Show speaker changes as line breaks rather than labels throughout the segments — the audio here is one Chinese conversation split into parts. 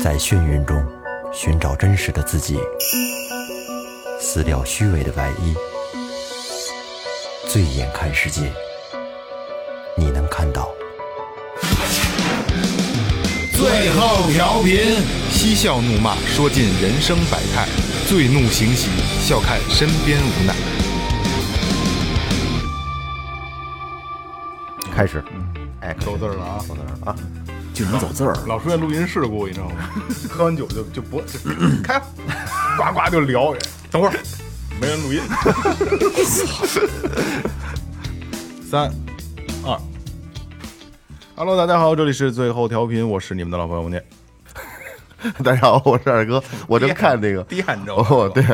在眩晕中寻找真实的自己，撕掉虚伪的外衣，醉眼看世界，你能看到。
最后调频，
嬉笑怒骂，说尽人生百态；醉怒行喜，笑看身边无奈。
开始，
哎，走字儿了啊，走字儿啊！
就能走字儿。
老出现录音事故，你知 道吗？喝完酒就就 不就开，呱呱就聊。等会儿，没人录 音。三二，Hello，大家好，这里是最后调频，我是你们的老朋友王念。
大家好，我是二哥，我正看那个，
低汗症
哦，对，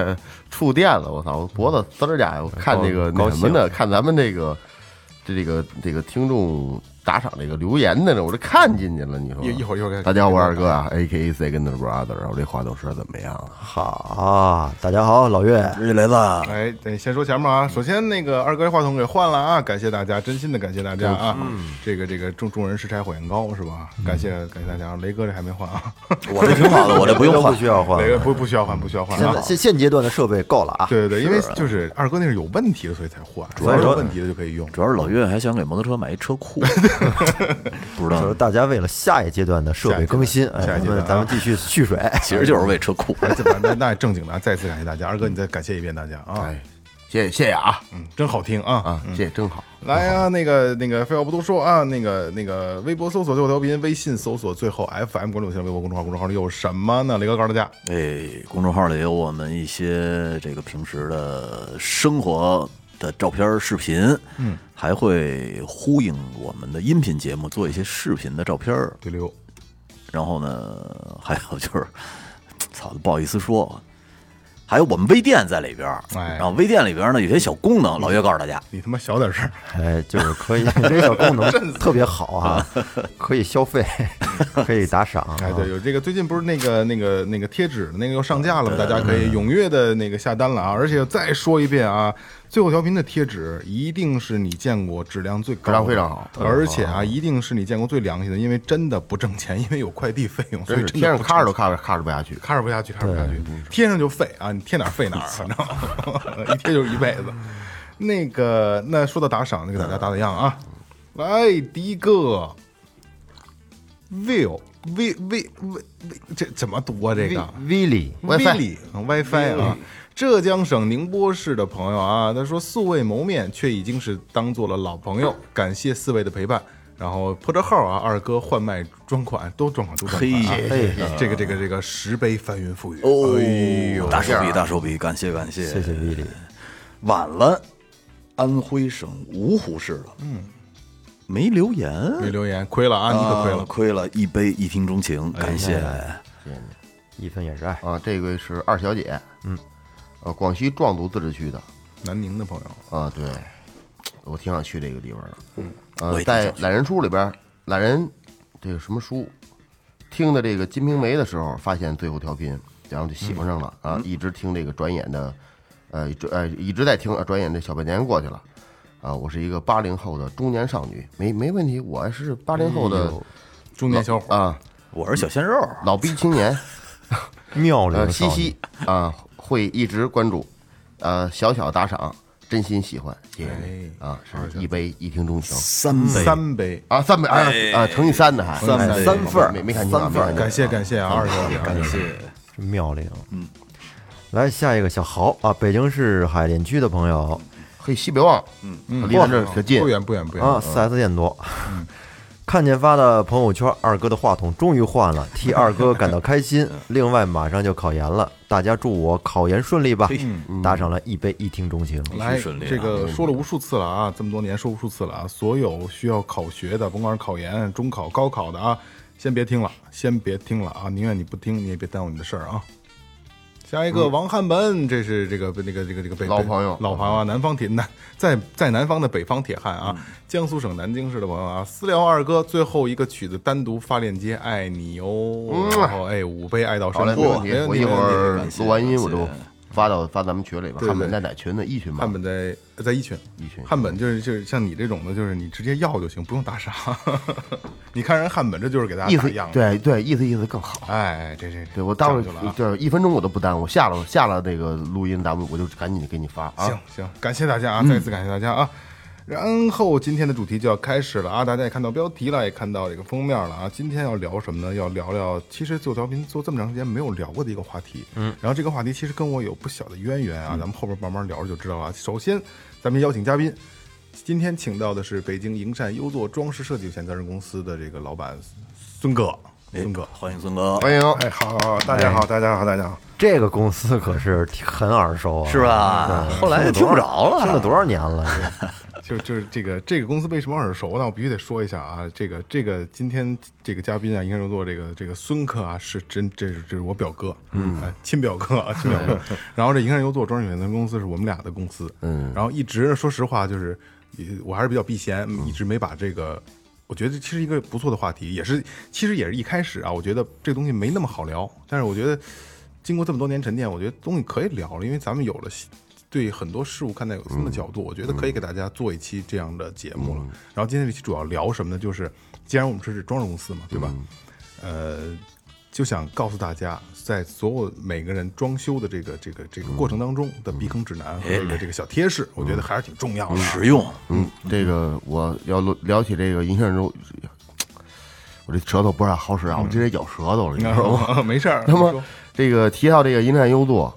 触电了，我操，我脖子滋儿家，我看那个
高高
那什
兴
么呢？看咱们这个这这个这个听众打赏这个留言的呢，我这看进去了，你说
一一会儿一会儿该
大家好，我是二哥啊，A K A Second Brother，我这话筒声怎么样啊？
好，大家好，老岳，
日来了，
哎，得先说前面啊。首先，那个二哥话筒给换了啊，感谢大家，真心的感谢大家啊。这个这个众众人拾柴火焰高是吧？感谢感谢大家。雷哥这还没换啊，
我这挺好 的，我这不用换，
不需要换
雷。哥不不需要换，不需要换
现在
啊。
现现阶段的设备够了啊。
对对对，因为就是二哥那是有问题的，所以才换，主
要是
有问题的就可以用。
主要是老岳还想给摩托车买一车库，不知
就是
道，
大家为了下一阶段的设备更新，哎，
下一
咱
阶段
们咱们继续蓄 水。
其实就是为车库。
哎，这那那正经的，再次感谢大家。二哥，你再感谢一遍大家啊，
哎，谢谢谢谢啊
嗯，真好听啊。
啊，谢谢，真好，
来啊，那个那个，废话不多说啊，那个那个，微博搜索最后调频，微信搜索最后 FM 关注新浪微博公众号，公众号里有什么呢？雷哥告诉大家，
哎，公众号里有我们一些这个平时的生活的照片、视频，嗯，还会呼应我们的音频节目做一些视频的照片儿。
对溜。
然后呢，还有就是，操，不好意思说，还有我们微店在里边儿，
哎
然后微店里边儿呢有些小功能，老岳告诉大家，
你他妈小点声儿！
哎，就是可以，这个小功 能特别好 啊，可以消 费，可以打赏啊。
哎，对，有这个最近不是那个那个那个贴纸那个又上架了吗？大家可以踊跃的那个下单了啊！而且再说一遍啊，最后调频的贴纸一定是你见过质量最高的，
质量非常好
而且啊，一定是你见过最良心的，因为真的不挣钱，因为有快递费用，所
真
以
是
真
天
的
上
不
看
挣
着都
钱。
看着看着不下去，
看着不下去，看着不下去，贴上就废啊！你贴哪儿废哪儿，反正 一贴就是一辈子。那个，那说到打赏，那给大家打打样啊。来，第一个，Will V V V，这怎么读啊？这个
Willy，
WiFi
Willy，嗯 WiFi 啊，浙江省宁波市的朋友啊，他说素未谋面，却已经是当做了老朋友，感谢四位的陪伴。然后破折号啊，二哥换卖专款，都专款都专款、啊，
嘿
这个这个这个十杯翻云覆雨，
哦，
哎呦，
大手笔，大手笔，感谢感谢，
谢谢 Willy，
晚了，安徽省芜湖市的，嗯，没留言，
没留言，亏了啊，你可亏了
啊，亏了，哎一杯一听钟情，感谢，
一分也是爱。
啊，这个是二小姐，嗯，呃，广西壮族自治区的，
南宁的朋友，
啊，对，我挺想去这个地方的。嗯，
我
呃，
也挺
在
想
《懒人书》里边儿，懒人这个什么书，听的这个《金瓶梅》的时候，发现最后调频，然后就喜欢上了、啊，一直听这个转眼的，呃，转呃一直在听，啊转眼这小半年过去了。啊，我是一个八零后的中年少女，没没问题，我是八零后的
中年小伙，
啊
我是小鲜肉，
老逼青年，
妙龄
呃
的
西
少女，
西啊会一直关注，呃小小打赏，真心喜欢，谢谢你啊，是一杯一听钟情。
三杯，
三杯，
啊，三百啊
哎
啊，乘以三的还
三
哎
杯
三份儿
没没看清啊，
三份儿
没
感
看清
谢感谢啊，二哥，感谢，
真妙龄。嗯，来下一个小豪啊，北京市海淀区的朋友
嘿，西北旺，嗯，离咱这儿可近
不，远不远不远
啊，四 S 店多。看见发的朋友圈，二哥的话筒终于换了，替二哥感到开心。另外，马上就考研了，大家祝我考研顺利吧！打赏了一杯一听钟情，
来，
顺利啊
这
嗯
个说了无数次了啊，这么多年说无数次了啊，所有需要考学的，甭管是考研、中考、高考的啊，先别听了，先别听了啊，宁愿你不听，你也别耽误你的事儿啊。下一个王汉门，这是这个那个这个这个北
嗯老朋友嗯
老朋友啊，南方铁南在在南方的北方铁汉啊，江苏省南京市的朋友啊，私聊二哥最后一个曲子单独发链接，爱你哟，然后哎五杯爱到
嗯
啊
好嘞，
山
没
坡，
问题
没问，题，
我一会
没问题
儿录完音我就发到发咱们群里边。
对
汉本
对
在哪群呢？一群吧，
汉本在在一群，
一群
汉本就是就是像你这种的，就是你直接要就行，不用打赏。 你看人汉本，这就是给大
意
家打
思
样。，
对对，意思意思更好。
哎，这这这
对我当
讲
时
究了啊
就是一分钟我都不耽误，下了下了这个录音，咱们我就赶紧给你发啊。
行行，感谢大家啊，再次感谢大家啊。然后今天的主题就要开始了啊，大家也看到标题了，也看到这个封面了啊。今天要聊什么呢？要聊聊，其实做调频做这么长时间没有聊过的一个话题。嗯，然后这个话题其实跟我有不小的渊源啊，咱们后边慢慢聊着就知道了啊。首先，咱们邀请嘉宾，今天请到的是北京营善优作装饰设计有限责任公司的这个老板孙哥，孙哥。
欢迎孙哥，
欢迎，
哎，好，好，好大家好，大家好，大家好。
这个公司可是很耳熟啊，
是？吧？后来听不着了，
听了多少年了？
就就是这个这个公司为什么耳熟呢？我必须得说一下啊，这个这个今天这个嘉宾啊，应该说做这个这个孙克啊，是真这是这是我表哥，嗯，亲表哥啊，亲表哥。然后这银山优作装饰有限责任公司是我们俩的公司，嗯，然后一直说实话就是，也我还是比较避嫌，一直没把这个。我觉得其实一个不错的话题，也是其实也是一开始啊，我觉得这个东西没那么好聊，但是我觉得经过这么多年沉淀，我觉得东西可以聊了，因为咱们有了新对很多事物看待有新的角度，我觉得可以给大家做一期这样的节目了。然后今天这期主要聊什么呢？就是既然我们是装饰公司嘛，对吧？呃，就想告诉大家，在所有每个人装修的这个这个这个过程当中的避坑指南和这个这个小贴士，我觉得还是挺重要的啊。
实用，
嗯，这个我要录聊起这个银杏肉，我这舌头不太好使啊，我直接咬舌头了，你知道吗？
没事儿，
那
你说
么这个提到这个银善优作，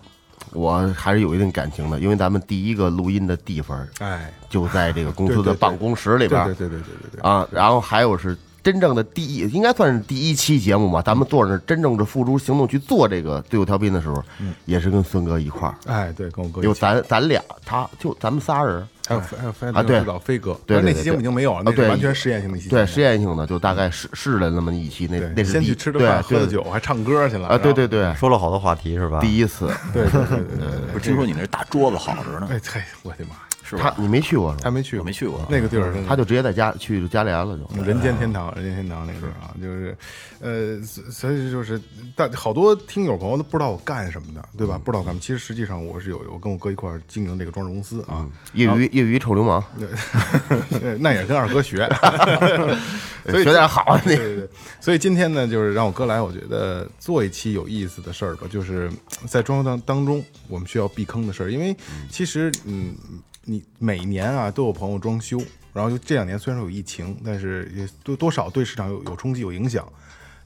我还是有一定感情的，因为咱们第一个录音的地方
哎，
就在这个公司
对对
的
对
办公室
对
里边
对
儿
对对对对对，
啊，然后还有是。真正的第一，应该算是第一期节目吧。咱们坐着真正的付诸行动去做这个队伍调兵的时候，也是跟孙哥一块儿，
哎，嗯对，跟我哥一
有
起，
咱咱俩，他就咱们仨人，
还有还有飞
啊对
老飞哥，但
对对
是那
对
期节目
对啊
已经没有了，那是
对
完全实验性的一期节目，
对，实验性的，就大概试试了那么一期，那那
对，
是
先
第
去
一
吃的
对
饭，喝的
对
酒，还唱歌去了
啊，对对，对，
说了好多话题是吧？
第一次，
然后对对对对对对，
不是听说你那大桌子好着呢，
哎，嘿，我的妈呀，
是
他
吧？
你没去过是
他
吧？
没去
我
过，
没去过，
那个地儿真的，嗯
他就直接在家去加联了，就
人间天堂，人间天堂那个地儿啊，就是，呃，所所以就是，但好多听友朋友都不知道我干什么的，对
嗯
吧？不知道干嘛。其实实际上我是有，我跟我哥一块儿经营这个装饰公司啊，
业余业余臭流氓，
对那也是跟二哥 学，所以
嗯学点好啊
对
那
对对，所以今天呢，就是让我哥来，我觉得做一期有意思的事儿吧，就是在装修当当中，我们需要避坑的事儿，因为其实嗯，你每年啊都有朋友装修，然后就这两年虽然说有疫情，但是也多多少对市场有有冲击有影响。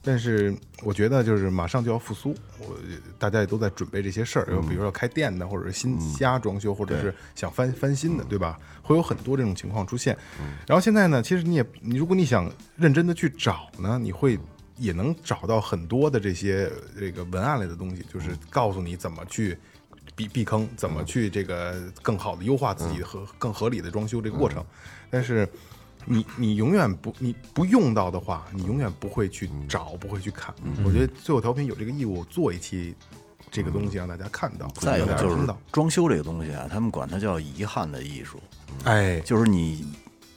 但是我觉得就是马上就要复苏，我大家也都在准备这些事儿，有比如说要开店的，或者是新家装修，或者是想翻翻新的，对吧？会有很多这种情况出现。然后现在呢，其实你也你如果你想认真的去找呢，你会也能找到很多的这些这个文案类的东西，就是告诉你怎么去。避避坑，怎么去这个更好的优化自己和更合理的装修这个过程，但是你你永远不你不用到的话，你永远不会去找，不会去看。
嗯
我觉得最后调频有这个义务做一期这个东西让大家看到，
嗯再有
让大
就
家听
是
到。
装修这个东西啊，他们管它叫遗憾的艺术，
哎，
就是你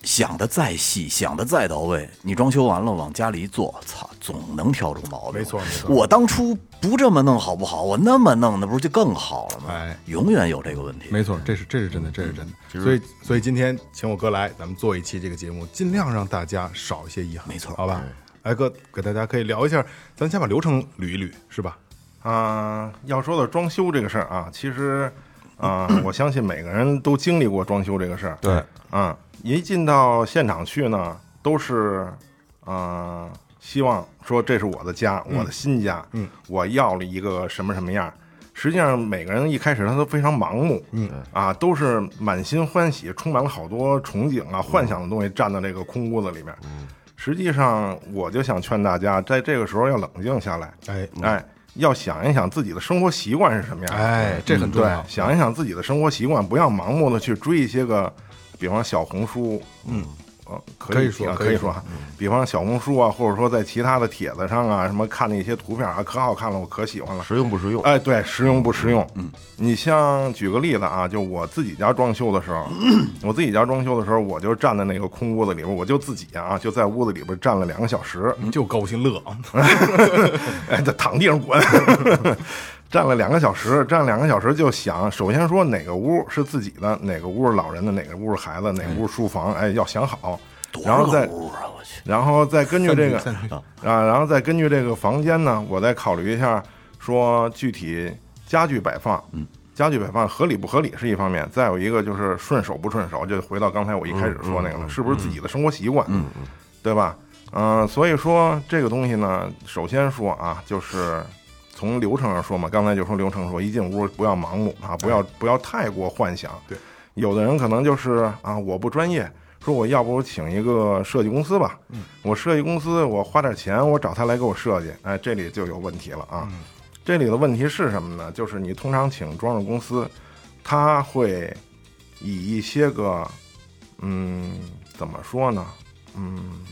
想的再细，想的再到位，你装修完了往家里一坐，操，总能挑出毛病。
没错没错
我当初不这么弄好不好？我那么弄，那不是就更好了吗？
哎
永远有这个问题。
没错，这是这是真的，这是真的。
嗯
所以所以今天请我哥来，咱们做一期这个节目，尽量让大家少一些遗憾。
没错哎
好吧？来哥，给大家可以聊一下，咱先把流程捋一捋，是吧？
嗯，要说到装修这个事儿啊，其实， 啊、我相信每个人都经历过装修这个事儿。对，嗯，一进到现场去呢，都是，嗯、希望说这是我的家，我的新家，嗯，我要了一个什么什么样儿。实际上，每个人一开始他都非常盲目，嗯啊，都是满心欢喜，充满了好多憧憬啊、幻想的东西，站到这个空屋子里面。实际上，我就想劝大家，在这个时候要冷静下来，
哎
嗯
哎，要想一想自己的生活习惯是什么样的。
哎，这很重
嗯对
要，。
嗯
想一想自己的生活习惯，不要盲目的去追一些个，比方小红书，嗯，呃，可
可以
以
说
啊
可
可
以
以
说
说啊，比方小红书啊，或者说在其他的帖子上啊，什么看那些图片啊，可好看了，我可喜欢了。
实用不实
啊
用？
哎，对，实用不实用？嗯，你像举个例子啊，就我自己家装修的时 候，我自己家装修的时候，我就站在那个空屋子里边，我就自己啊，就在屋子里边站了两个小时，
就高兴乐，
哎，这躺地上滚。站了两个小时，站了两个小时就想，首先说哪个屋是自己的，哪个屋是老人的，哪个屋是孩子，哪个屋是书房，哎，要想好，然后再
多少个屋啊！我去，
然后再根据这个
三区
啊，然后再根据这个房间呢，我再考虑一下，说具体家具摆放，嗯，家具摆放合理不合理是一方面，再有一个就是顺手不顺手，就回到刚才我一开始说那个了，是不是自己的生活习惯，嗯对吧？嗯、所以说这个东西呢，首先说啊，就是从流程上说嘛，刚才就说流程说，一进屋不要盲目啊，不要不要太过幻想，
对。
有的人可能就是啊，我不专业，说我要不请一个设计公司吧，我设计公司，我花点钱，我找他来给我设计，哎，这里就有问题了啊。这里的问题是什么呢？就是你通常请装饰公司，他会以一些个，嗯，怎么说呢？嗯，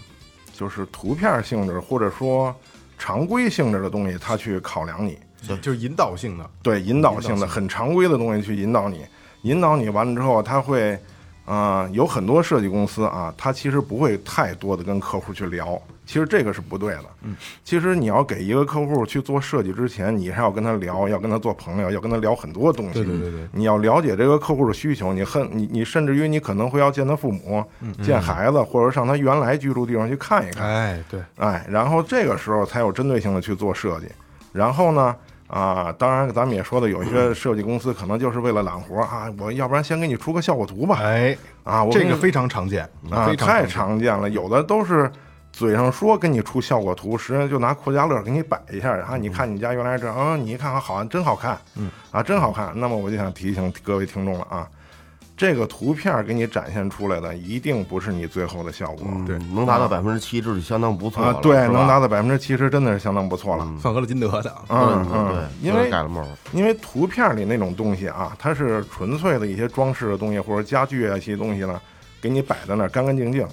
就是图片性质或者说常规性质的东西，他去考量你。
就是引导性的，
对引导性的、很常规的东西去引导你，引导你完了之后，他会，啊、有很多设计公司啊，他其实不会太多的跟客户去聊，其实这个是不对的。嗯，其实你要给一个客户去做设计之前，你还要跟他聊，要跟他做朋友，要跟他聊很多东西。
对对对对
你要了解这个客户的需求，你恨你你甚至于你可能会要见他父母、见孩子，或者上他原来居住地方去看一看。
哎，对，
哎，然后这个时候才有针对性的去做设计。然后呢，啊，当然咱们也说的，有一些设计公司可能就是为了揽活儿啊，我要不然先给你出个效果图吧，
哎，
啊，我给
这
你
个非常常见，
啊
嗯非常
太常见了，有的都是嘴上说跟你出效果图，实际上就拿扩家乐给你摆一下，然后
嗯
你看你家原来这样，啊，你一看啊好啊，真好看，嗯，啊，真好看。那么我就想提醒各位听众了啊。这个图片给你展现出来的，一定不是你最后的效果。
嗯对
能达到百分之七，这就相当不错
啊
了，，
对，
是吧
能达到百分之七十，真的是相当不错了。
放格了金德的啊，
嗯，
对
嗯，，因为
盖了帽儿，
因为图片里那种东西啊，它是纯粹的一些装饰的东西或者家具啊一些东西呢，给你摆在那儿干干净净。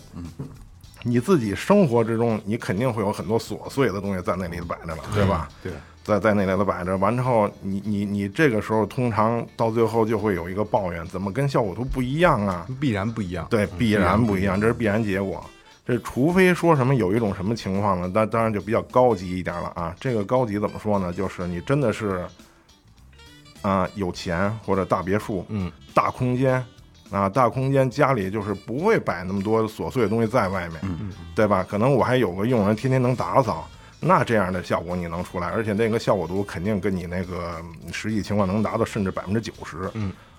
你自己生活之中，你肯定会有很多琐碎的东西在那里摆着了，对吧？
对，
在在那里头摆着，完之后，你你你这个时候通常到最后就会有一个抱怨，怎么跟效果图不一样啊？
必然不一样，
对，必然不一样，这是必然结果。这除非说什么有一种什么情况呢？那当然就比较高级一点了啊。这个高级怎么说呢？就是你真的是，啊、有钱或者大别墅，嗯，大空间，啊，大空间家里就是不会摆那么多琐碎的东西在外面，对吧？可能我还有个佣人，天天能打扫，那这样的效果你能出来，而且那个效果度肯定跟你那个嗯实际情况能达到甚至百分之九十。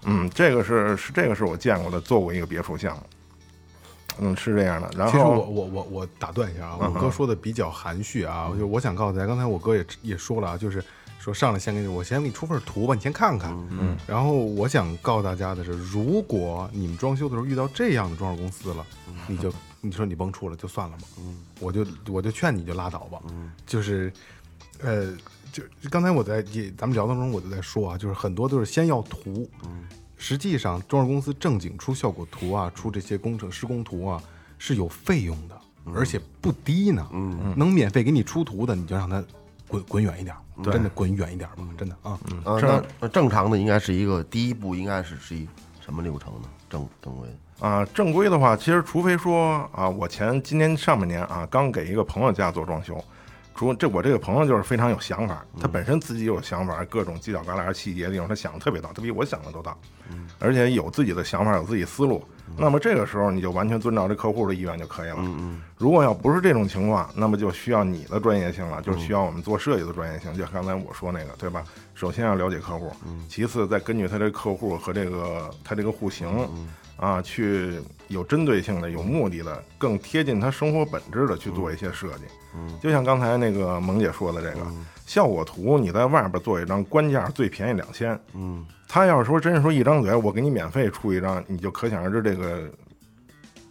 嗯这个是是这个是我见过的，做过一个别墅项目，嗯，是这样的。然
其实我
后
我我我打断一下啊，我哥说的比较含蓄啊，就是我想告诉大家，刚才我哥也也说了啊，就是说上来先给你，我先给你出份图吧，你先看看。嗯。然后我想告诉大家的是，如果你们装修的时候遇到这样的装饰公司了，你就你说你甭出了，就算了吧。嗯。我就我就劝你就拉倒吧。嗯。就是，呃。就刚才我在也咱们聊当中，我就在说啊，就是很多都是先要图，实际上，装饰公司正经出效果图啊，出这些工程施工图啊，是有费用的，而且不低呢。嗯，能免费给你出图的，你就让他滚滚远一点儿，真的滚远一点儿吧，真的啊。
呃，那那正常的应该是一个第一步，应该是是一什么流程呢？正正规的，
啊、正规的话，其实除非说啊，我前今年上半年啊，刚给一个朋友家做装修。除这我这个朋友就是非常有想法，他
嗯
本身自己有想法，各种犄角旮旯细节地方他想的特别大，他比我想的都大，而且有自己的想法，有自己思路。那么这个时候你就完全遵照这客户的意愿就可以了。如果要不是这种情况，那么就需要你的专业性了，就是需要我们做设计的专业性，就像刚才我说那个，对吧？首先要了解客户，其次再根据他这个客户和这个他这个户型。啊，去有针对性的、有目的的、更贴近他生活本质的去做一些设计。嗯，就像刚才那个萌姐说的，这个、效果图你在外边做一张，官价最便宜两千。嗯，他要是说真是说一张嘴，我给你免费出一张，你就可想而知这个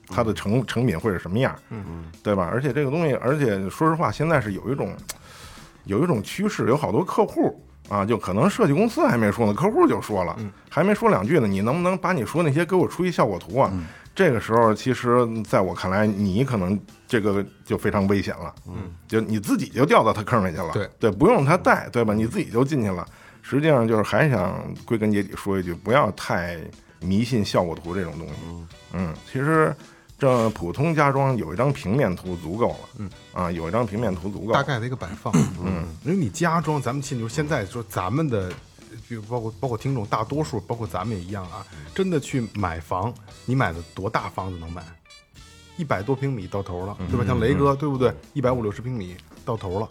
它的成成品会是什么样。嗯，对吧？而且这个东西，而且说实话，现在是有一种有一种趋势，有好多客户啊，就可能设计公司还没说呢，客户就说了，
嗯
还没说两句呢，你能不能把你说那些给我出一效果图
嗯
啊？这个时候，其实嗯在我看来，你可能这个就非常危险了，嗯，就你自己就掉到他坑里去了，
对
不用他带，对吧？你自己就进去了。实际上就是还想归嗯根结底说一句，不要太迷信效果图这种东西。嗯，其实这普通家装有一张平面图足够了，嗯啊，有一张平面图足够
大
了，
概的一个摆放。嗯，因为你家装，咱们现就是现在说咱们的，比如包括包括听众大多数，包括咱们也一样啊，真的去买房，你买的多大房子能买？一百多平米到头了，对吧？像雷哥，对不对？一百五六十平米到头了。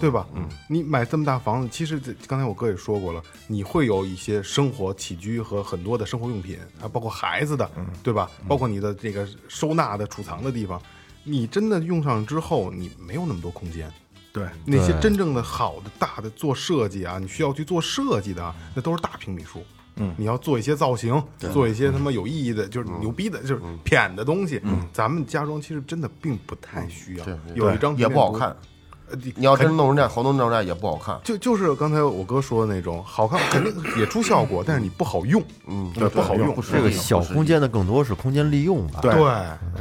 对吧？嗯，你买这么大房子，其实这刚才我哥也说过了，你会有一些生活起居和很多的生活用品啊，包括孩子
嗯
的，对吧？包括你的这个收纳的储藏的地方，你真的用上之后，你没有那么多空间。
对，
那些真正的好的大的做设计
嗯
啊，你需要去做设计的啊，那都是大平米数。嗯，你要做一些造型，做一些他妈有意义的，就是
嗯
牛逼的，就是谝的东西。咱们家装其实真的并不太需要，有一张
嗯
平
也
面
不好
图
看。
呃你
你要真弄成这样，豪弄成这样也不好看。
就就是刚才我哥说的那种，好看肯定也出效果，但是你不好用，嗯，对，不好用，
不实
这个
际
小空间的更多是空间利用吧？
对
对，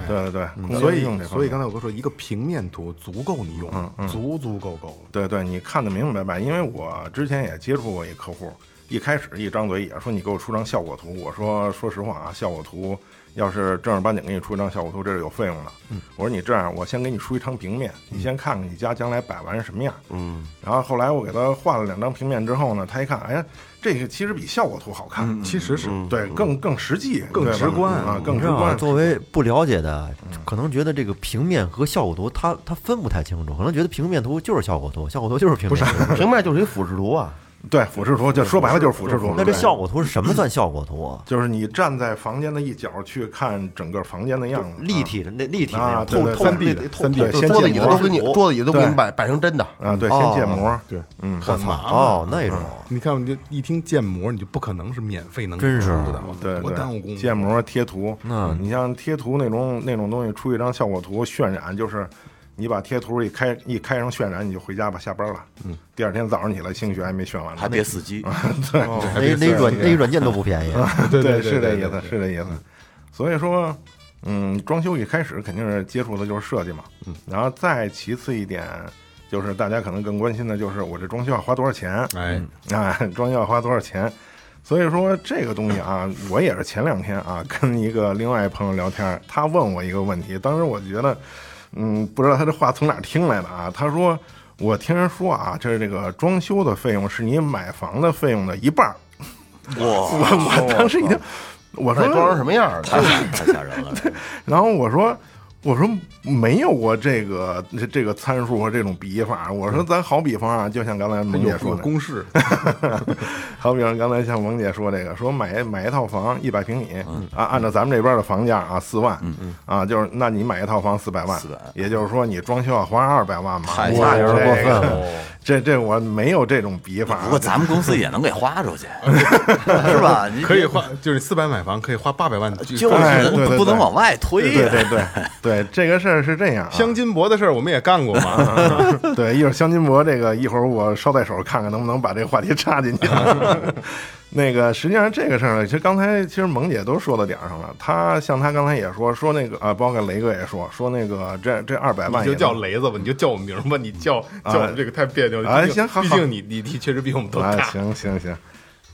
对对对，嗯空
所
间利用这
以
方
所以
面
刚才我哥说，一个平面图足够你用，足足够够了。
对对，你看得明明白白，因为我之前也接触过一客户，一开始一张嘴也说你给我出张效果图，我说说实话啊，效果图要是正儿八经给你出一张效果图，这是有费用的。我说你这样，我先给你出一张平面，你先看看你家将来摆完是什么样。嗯，然后后来我给他画了两张平面之后呢，他一看，哎呀，这个其实比效果图好看，
其实是
对，更嗯更实际，
更
对吧
直观
啊，更
你
直
知道吗？
观。
作为不了解的，可能觉得这个平面和效果图，它它分不太清楚，可能觉得平面图就是效果图，效果图就是平面图。
平面就是一俯视图啊，
对，俯视图就说白了就是俯视图。
那这
对
效果图是什么算效果图啊？
就是你站在房间的一角去看整个房间的样子，
立体的那立体
嗯啊
那
对
种
对
透透
三
D
那
的
那透
三 D
透
的 先
透
桌子
建
椅
明
子
白
都给你，
哦
桌子椅子都给
对
你摆摆成真的。
啊，对，
哦
先建模，
对，
嗯，
很麻烦。
哦，那种
你看，你就一听建模，你就不可能是免费能
真是啊
出的，
对
多耽误工
对，
夫
建模贴图，嗯，你像贴图那种那种东西，出一张效果图渲染，就是你把贴图一开一开上渲染，你就回家吧，下班了。嗯，第二天早上起来，兴许还没渲完
还
呢。
得死机，
那那软那软件都不便宜。
啊
对对对
对，是这
对
意
对
思，是这意思。所以说，嗯，装修一开始肯定是接触的就是设计嘛，嗯，然后再其次一点就是大家可能更关心的就是我这装修要花多少钱，
哎，
嗯
啊， 装修要花多少钱？所以说这个东西啊，我也是前两天啊跟一个另外一朋友聊天，他问我一个问题，当时我觉得，嗯，不知道他这话从哪儿听来的啊。他说我听人说啊，这这个装修的费用是你买房的费用的一半儿。 我我当时已经，我
嗯
说
那装成什么样儿？
太吓人 了。
然后我说，我说没有过这个这这个参数和这种比法。我说咱好比方啊，就像刚才萌姐
有
说
有
哎
的，
公式，
好比方刚才像萌姐说这个，说买买一套房一百平米，啊，按照咱们这边的房价啊，四万，啊，就是那你买一套房四百万，也就是说你装修要花二百万嘛，
太
我
那
有点过分了
这个这这我没有这种比法
不，过咱们公司也能给花出去， 是吧？你
可以花，就是四百买房可以花八百万，
就
哎
是
对对对
不能往外
对
推
对
呀。
对对对，这个事儿是这样啊，
镶金箔的事儿我们也干过嘛，
对，一会儿香金箔这个，一会儿我捎带手看看能不能把这个话题插进 去。 那个，实际上这个事儿呢，其实刚才其实萌姐都说到点儿上了。她像她刚才也说说那个啊，包括雷哥也说说那个这这二百
你
万
就
也
叫
能啊
雷子吧，你就叫我名儿吧，你叫叫我们这个太别扭了。
哎
毕竟
行好
毕
好
竟你你你确实比我们都
啊，
大。
行行行。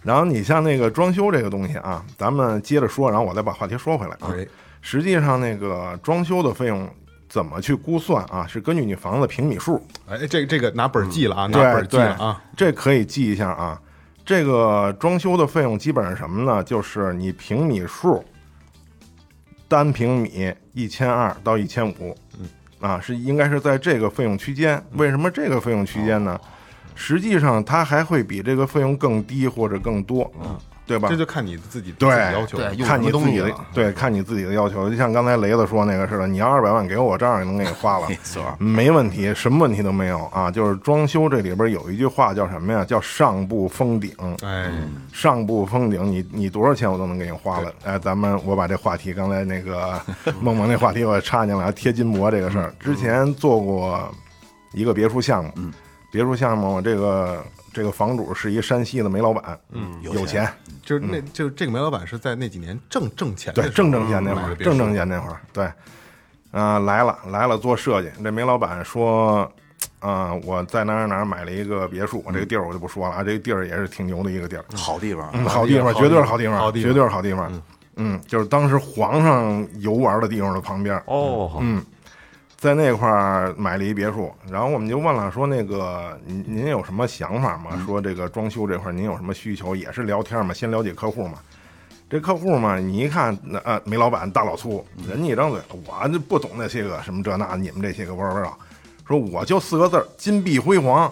然后你像那个装修这个东西啊，咱们接着说，然后我再把话题说回来啊。
哎
实际上那个装修的费用怎么去估算啊？是根据你房子平米数，
哎，这个这个拿本儿记了啊，拿
对
本儿记了啊。
对，这可以记一下啊。这个装修的费用基本上什么呢？就是你平米数，单平米一千二到一千五，
嗯
啊，是应该是在这个费用区间。为什么这个费用区间
哦
呢？实际上它还会比这个费用更低或者更多，对吧？
嗯这就看你自己
对
自己要求了。
对，哎用什
看
么
你
东
自
西
己的
了？
对，看你自己的要求。就像刚才雷子说那个似的，你要二百万给我，我照样也能给你 花了，没问题，什么问题都没有啊。就是装修这里边有一句话叫什么呀？叫上不封顶。
嗯
哎，
嗯上不封顶，你你多少钱我都能给你花了。哎，咱们我把这话题，刚才那 个梦梦那话题我插进来，贴金箔这个事
嗯
儿，之前做过一个别墅项目，别墅项目这个这个房主是一山西的煤老板，嗯，有钱，
就是那就是这个煤老板是在那几年挣挣钱的
嗯对，嗯
时候
正挣钱那会
买
儿，
的别
正
墅
挣钱那会儿，对，啊、来了来了，做设计。这煤老板说，啊、我在哪儿哪儿买了一个别墅，这个地儿嗯我就不说了啊，这个地儿也是挺牛的一个地儿，
好地方啊，
嗯好地方，
好地方
绝对是好地方，
好地方
绝对是好地方。嗯，就是当时皇上游玩的地方的旁边，
哦，好
嗯，在那块儿买了一别墅，然后我们就问了说，那个您您有什么想法吗？说这个装修这块儿您有什么需求？也是聊天嘛，先了解客户嘛。这客户嘛，你一看，那呃，煤老板大老粗，人家一张嘴，我就不懂那些个什么这那，你们这些个玩玩啊，说我就四个字儿，金碧辉煌。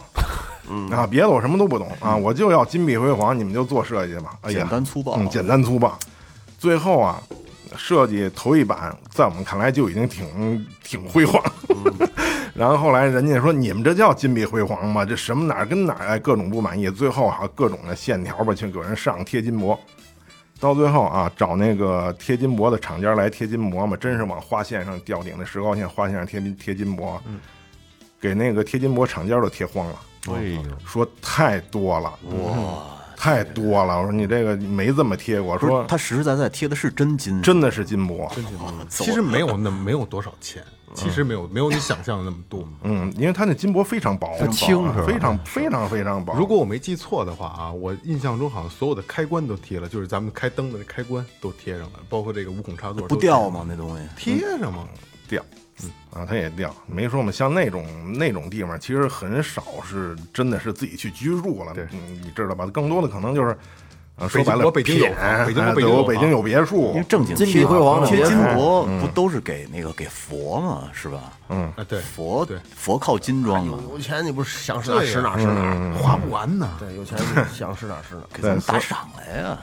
嗯
啊，别的我什么都不懂啊，我就要金碧辉煌，你们就做设计吧。哎呀，
简单粗暴
嗯，简单粗暴。最后啊，设计头一版在我们看来就已经挺挺辉煌，
嗯
然后后来人家说你们这叫金碧辉煌吗？这什么哪儿跟哪儿哎，各种不满意，最后啊各种的线条吧，去给人上贴金箔。到最后啊，找那个贴金箔的厂家来贴金箔嘛，真是往花线上吊顶的石膏线花线上贴金贴金箔，
嗯
给那个贴金箔厂家都贴慌了。
哎呦，
说太多了，哇，太多了！我说你这个没这么贴过，
不是
说
他实实在在贴的是真金，
真的是金箔，
其实没有那么没有多少钱，其实没有没有你想象的那么多。
嗯，因为它那金箔非常薄，啊
它轻是吧
非常非常非常薄。
如果我没记错的话啊，我印象中好像所有的开关都贴了，就是咱们开灯的那开关都贴上了，包括这个无孔插座
不
都贴上
掉
了？
吗？嗯那东西
贴上吗？
掉，啊，它也掉。没说嘛，像那种那种地方，其实很少是真的是自己去居住了，
对
嗯，你知道吧？更多的可能就是，呃，
北
说
京
白了，
有北京有
便
房北京有
哎
北京
对
有
我北
房
京有别墅
因为，正经
金
贴
碧辉煌的
贴
别
金
墅哎
箔哎不都是给那个给佛嘛，是吧？
嗯，
啊，对，
佛
对
佛靠金装嘛，
有钱你不是想是哪
对呀嗯
是哪是哪？
花不完呢。
对，有钱你想是哪是 哪。
给咱们打赏来呀！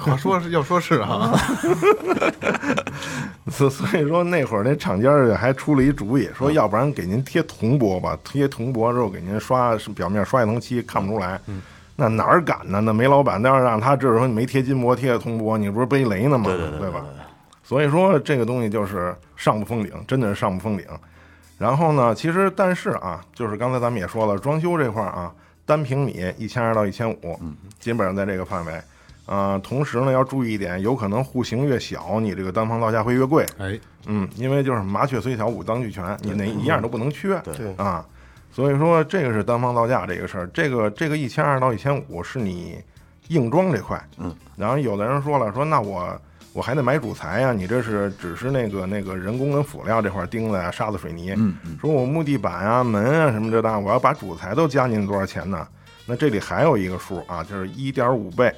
话说是要说是啊，
嗯所 所以说那会儿那厂家儿还出了一主意，说要不然给您贴铜箔吧，贴铜箔之后给您刷是表面刷一层漆，看不出来。那哪儿敢呢？那煤老板那要让他知道说你没贴金箔，贴了铜箔，你不是背雷呢吗？对吧？所以说这个东西就是上不封顶，真的是上不封顶。然后呢，其实但是啊，就是刚才咱们也说了，装修这块儿啊，单平米一千二到一千五，基本上在这个范围。啊，同时呢，要注意一点，有可能户型越小，你这个单房造价会越贵。
哎，
嗯，因为就是麻雀虽小，五脏俱全，你哪一样都不能缺。对啊，所以说这个是单方造价这个事儿，这个这个一千二到一千五是你硬装这块。嗯，然后有的人说了，说那我我还得买主材呀、你这是只是那个那个人工跟辅料这块儿钉子呀、沙子、水泥。嗯说我木地板啊、门啊什么这那，我要把主材都加进去多少钱呢？那这里还有一个数啊，就是一点五倍。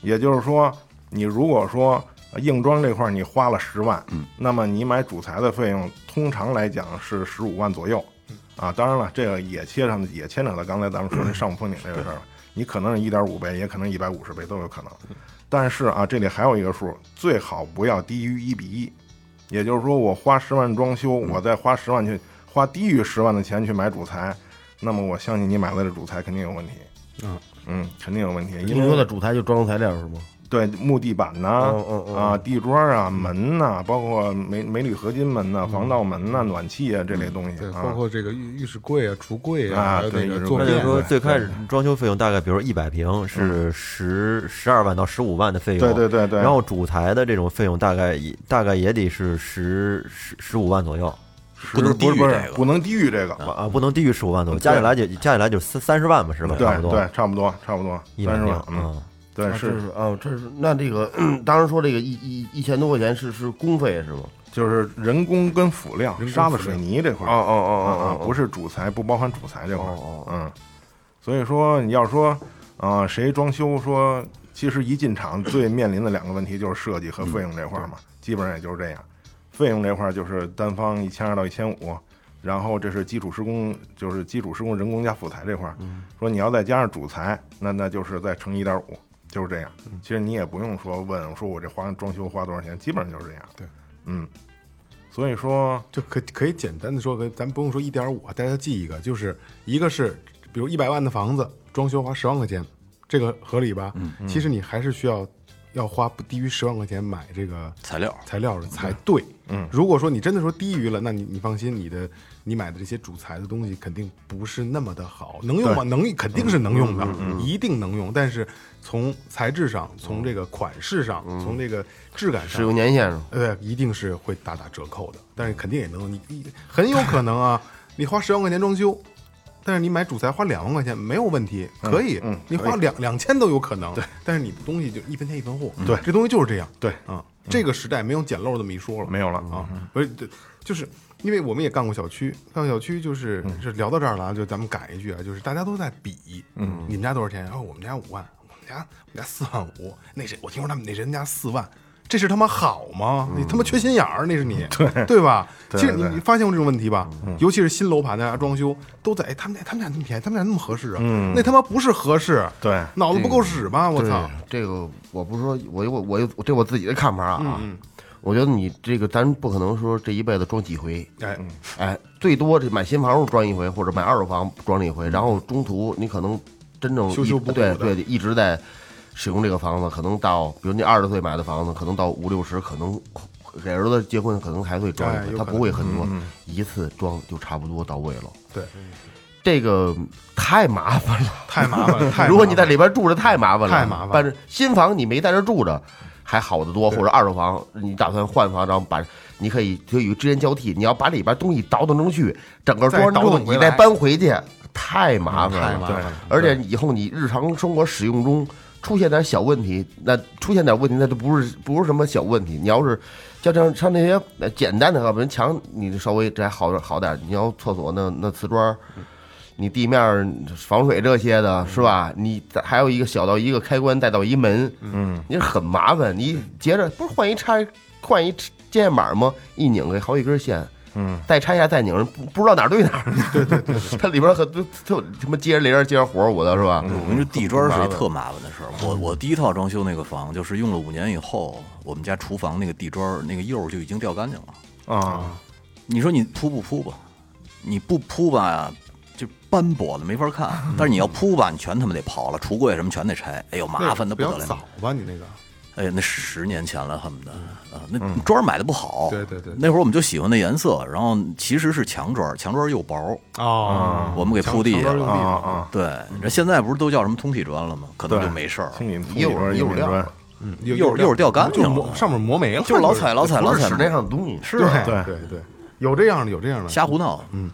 也就是说，你如果说呃硬装这块儿你花了十万，那么你买主材的费用通常来讲是十五万左右，啊，当然了，这个也牵上也牵扯到刚才咱们说那上不封顶这个事儿了，你可能是一点五倍，也可能一百五十倍都有可能，但是啊，这里还有一个数，最好不要低于一比一，也就是说，我花十万装修，我再花十万去花低于十万的钱去买主材，那么我相信你买来的主材肯定有问题，
嗯
嗯，肯定有问题，因
你
为
说的主材就装修材料是吗？
对木地板呐、啊，
嗯嗯
地砖啊，门呐、包括镁镁铝合金门呐、防盗门呐、暖气啊这类东西
嗯对，
啊，
包括这个浴浴室柜啊、橱柜
啊
还有那
对
个
浴室
坐
那
柜
就
便
是说
啊，
最开始装修费用大概，比如一百平是十十二万到十五万的费用，
对对对对
然后主材的这种费用大概也大概也得是十十十五万左右
是
不能低于
不是
这个
不能低于这个，
啊，不能低于十五万左右，加起来就加起来就三三十万吧，是吧？差不
对
多，
对，差不多差不多
一百
三十
平
万，，嗯，
嗯，
对
啊这
是
是啊，这是那这个当时说这个一一一千多块钱是是工费是吗？
就是人工跟辅料、
人工
沙子、
辅料
水泥这块儿，
哦
啊啊，不是主材，不包含主材这块儿。
哦
嗯，所以说你要说啊、呃谁装修说，其实一进厂最面临的两个问题就是设计和费用这块儿嘛，基本上也就是这样。费用这块儿就是单方一千二到一千五，然后这是基础施工，就是基础施工人工加辅材这块儿，说你要再加上主材，那那就是再乘一点五，就是这样。其实你也不用说问说我这花装修花多少钱，基本上就是这样。
对，
嗯，所以说。
就可可以简单的说，可咱不用说一点五，大家记一个，就是一个是比如一百万的房子，装修花十万块钱，这个合理吧？嗯，其实你还是需要要花不低于十万块钱买这个
材料
材料的才对。嗯，如果说你真的说低于了，那你你放心，你的你买的这些主材的东西肯定不是那么的好，能用吗？能，肯定是能用的，一定能用。但是从材质上，从这个款式上，从这个质感
使
上
用。年限是吗？
呃，一定是会大打折扣的，但是肯定也能，你你很有可能啊，你花十万块钱装修，但是你买主材花两万块钱没有问题，可以，
嗯
你花两两千都有可能。对，但是你的东西就一分钱一分货，
对
这东西就是这样。
对嗯
啊，这个时代没有捡漏这么一说了，
没有了
啊，不是，对就是因为我们也干过小区，干过小区就是是聊到这儿了啊，就咱们改一句啊，就是大家都在比，嗯，你们家多少钱？然后我们家五万，我们家我们家四万五，那谁我听说他们那人家四万。这是他妈好吗？你他妈缺心眼儿，那是你，嗯 对对嗯吧？其实你你发现过这种问题吧？尤其是新楼盘，大家装修都在，哎，他们家他们家那么便宜，他们家那么合适啊？那他妈不是合适，
对
脑子不够使吧？我
对
操！
这个我不是说，我我我我对我自己的看法
嗯
啊，我觉得你这个咱不可能说这一辈子装几回，
哎，
哎，最多这买新房时候装一回，或者买二手房装一回，然后中途你可能真正
修
一
修补补
对
的
对一直在使用这个房子，可能到比如你二十岁买的房子，可能到五六十，可能给儿子结婚，可能还会装
哎
一
有
回，他
可
不会很多，一次装就差不多到位了。
对，
这个太麻烦了。
太麻烦了。太麻烦了
如果你在里边住着，太麻烦了，
太麻烦了
但是新房你没在这住着，还好得多，或者二手房你打算换房，然后把你可以就有之间交替，你要把里边东西倒腾出去，整个
再
装上
倒
之后
腾回
你
来嗯
再搬回去，太麻烦了，
太麻烦了
而且以后你日常生活使用中出现点小问题，那出现点问题那都不是不是什么小问题。你要是像像像那些呃简单的，要不然墙你就稍微这还好点好点。你要厕所那那瓷砖儿，你地面儿防水这些的是吧？你再还有一个小到一个开关，再到一门，嗯，你很麻烦。你接着不是换一插换一接线板吗？一拧开好几根线。嗯，再拆一下再拧，不不知道哪儿对哪儿。对对对，它里边很多，特什么接着零儿接着活儿，我的是吧？
我跟你说，地砖是一特麻烦的事儿。我我第一套装修那个房，就是用了五年以后，我们家厨房那个地砖儿那个釉儿就已经掉干净了。
啊，
你说你铺不铺吧？你不铺吧，就斑驳的没法看。但是你要铺吧，你全他妈得刨了，橱柜什么全得拆。哎呦，麻烦的
比
不
较
得
早
了。
吧？你那个
哎呀，那十年前了，恨不得啊，那砖儿买的不
嗯
好。
对对对
那会儿我们就喜欢那颜色，然后其实是墙砖儿，墙砖儿又薄，
哦
我们给铺地下
墙墙砖儿用嗯
了。
地
啊啊，
对，你这现在不是都叫什么通体砖了吗？可能
对，
就没事儿了。
清理土
一
里
会儿
边
一会
硬
儿撂
砖
了，
又
釉掉干净了
上面磨没了，
就是老踩老踩
不
老
是
踩
室，内上的东西。
是
对
啊
对对对，有这样的，有这样的，
瞎胡闹。
嗯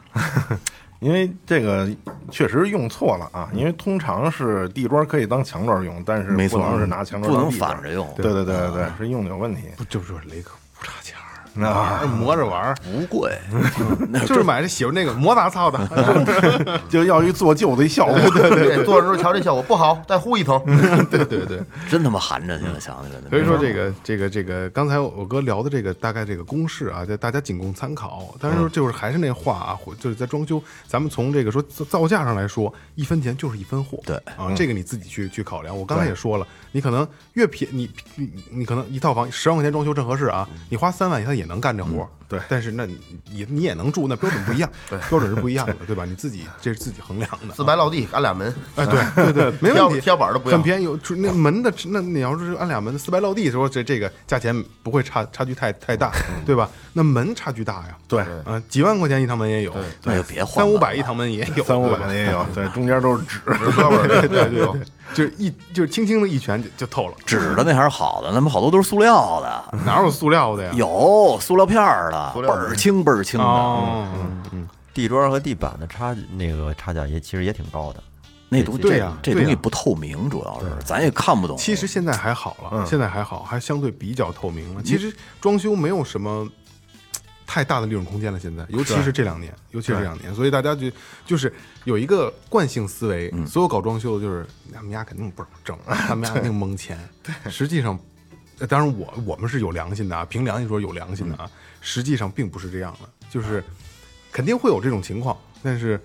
因为这个确实用错了啊，因为通常是地砖可以当墙砖用，但是
嗯没
不
错
能是拿墙砖
不能
当地砖
反着用啊
对对对对对，是用的有问题。
不就是雷哥不差钱儿，
啊，
还磨着玩 儿，
不 贵， 那
嗯就是买这喜欢那个磨大操的，
就要一做旧的一效果。
对对，坐着之后瞧这效果不好，再呼一层。
对对对。
真他妈寒碜，现在想起来。
嗯所以说这个这个这个，刚才我哥聊的这个大概这个公式啊，这大家仅供参考。但是就是还是那话啊，或就是在装修，咱们从这个说造造价上来说，一分钱就是一分货。
对
啊，这个你自己去去考量。我刚才也说了，你可能越便你你你可能一套房十万块钱装修正合适啊，你花三万它也能干这活。对，但是那你你你也能住，那标准不一样，标准是不一样的，对吧？你自己这是自己衡量的。
自白落地，安俩门。
哎， 对对对，没问题，
挑挑板儿都不要
很便宜。有就那门的，那你要是按俩门四白落地的时候，这这个价钱不会差差距太太大，
嗯
对吧？那门差距大呀，
对
啊，几万块钱一堂门也有，
那就别换
三
了
五百一堂门也有，
三五
对
百
吧
的也 有，对，中间都是纸。
对对对对，就是一就是轻轻的一拳就就透了，
纸的那还是好的，他们好多都是塑料的，
哪有塑料的呀？
有塑料片儿的，倍
料的
儿轻倍儿轻的，
哦，
嗯
地砖和地板的差那个差价也其实也挺高的。
那东西
对呀
这这
对呀
东西不透明，主要是咱也看不懂。
其实现在还好了，现在还好，还相对比较透明了。其实装修没有什么太大的利润空间了，现在，尤其是这两年，尤其是这两年，所以大家就就是有一个惯性思维，所有搞装修的就是他们家肯定不少挣， 他们家肯定蒙钱。实际上，呃当然我我们是有良心的啊，凭良心说有良心的啊，实际上并不是这样的，就是肯定会有这种情况，但是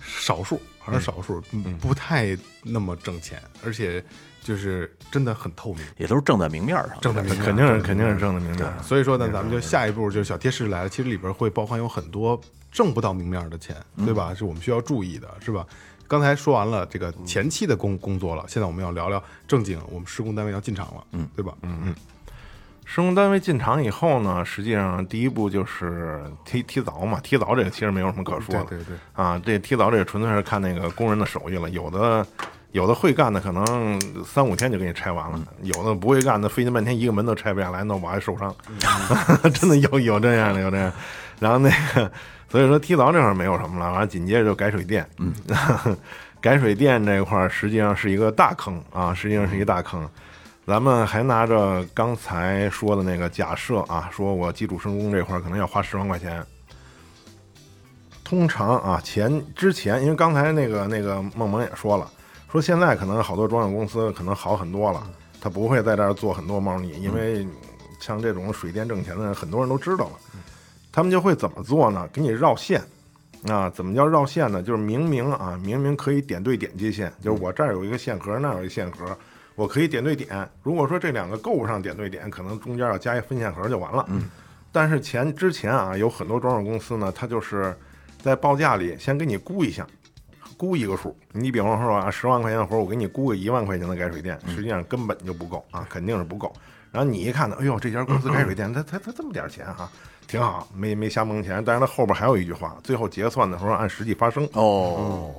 少数还
嗯
是少数，嗯不太那么挣钱，而且就是真的很透明，
也都是正在明面上，
挣的明白
肯定是肯定是挣的明白。
所以说呢，咱们就下一步就是小贴士来了，其实里边会包含有很多挣不到明面儿的钱，
嗯
对吧？是我们需要注意的，是吧？刚才说完了这个前期的工工作了，现在我们要聊聊正经，我们施工单位要进场了，嗯，对吧？嗯嗯，
施工单位进场以后呢，实际上第一步就是踢踢凿嘛，踢凿这个其实没有什么可说的。
对对对
啊，这踢凿这个纯粹是看那个工人的手艺了，有的。有的会干的可能三五天就给你拆完了，有的不会干的费劲半天一个门都 拆不下来，那我还受伤，真的有有这样的有这样的。然后那个所以说提早这会儿没有什么了，完了紧接着就改水电，嗯， 改水电这块儿实际上是一个大坑啊，实际上是一个大坑。咱们还拿着刚才说的那个假设啊，说我基础施工这块儿可能要花十万块钱。通常啊，前之前，因为刚才那个那个梦萌也说了，说现在可能好多装修公司可能好很多了，他不会在这儿做很多猫腻，因为像这种水电挣钱的，很多人都知道了。他们就会怎么做呢？给你绕线。啊，怎么叫绕线呢？就是明明啊，明明可以点对点接线，就是我这儿有一个线盒，那儿有一个线盒，我可以点对点。如果说这两个够不上点对点，可能中间要加一分线盒就完了。嗯。但是前之前啊，有很多装修公司呢，它就是在报价里先给你估一下，估一个数。你比方说啊，十万块钱的活儿，我给你估个一万块钱的改水电，实际上根本就不够啊，肯定是不够。然后你一看呢，哎呦，这家公司改水电，它它它这么点儿钱哈、挺好，没没瞎蒙钱。但是它后边还有一句话，最后结算的时候按实际发生。
哦，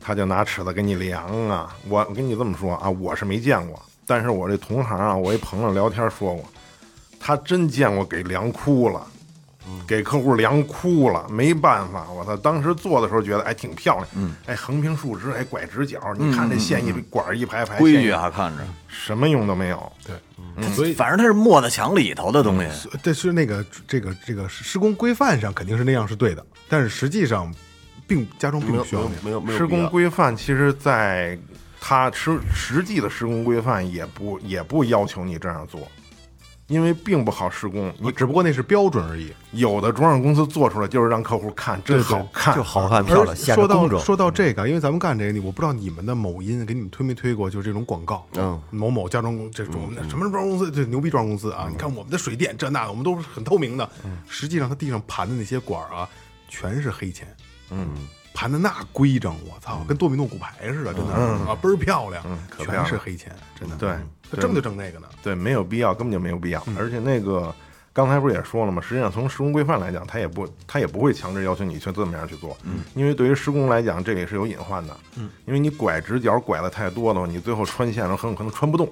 他就拿尺子给你量啊。我我跟你这么说啊，我是没见过，但是我这同行啊，我一朋友聊天说过，他真见过给量哭了，
嗯
给客户量哭了，没办法，我操！当时做的时候觉得哎挺漂亮，
嗯
哎横平竖直，哎拐直角，你看这线一管儿一排排，
规矩
线
啊，看着，
什么用都没有。
嗯
嗯
所以
反正它是没在墙里头的东西，
这是那个这个这个施工规范上肯定是那样是对的，但是实际上并家装并
没有
不
没
需要
有
那样。
没有没有
施
必
工
要
规范其实在它实实际的施工规范也不也不要求你这样做，因为并不好施工。你
只不过那是标准而已，
有的装饰公司做出来就是让客户看，真
对对
好看，
就好看漂亮，
而
显得
说
工
到
整。
说到这个，因为咱们干这个，你我不知道你们的某音给你们推没推过，就是这种广告，
嗯，
某某家装公这种什么装修公司，这牛逼装修公司啊，你看我们的水电这那的，我们都是很透明的，实际上它地上盘的那些管儿啊，全是黑钱，嗯，盘的那规整，我操，跟多米诺骨牌似的，真的啊，倍儿漂亮，
可漂亮
全是黑钱，真的，
对
他挣就挣那个呢，
对，没有必要，根本就没有必要。而且那个刚才不是也说了吗？实际上从施工规范来讲，它也不它也不会强制要求你去这么样去做，因为对于施工来讲，这里是有隐患的，因为你拐直角拐的太多的话，你最后穿线的时候很有可能穿不动。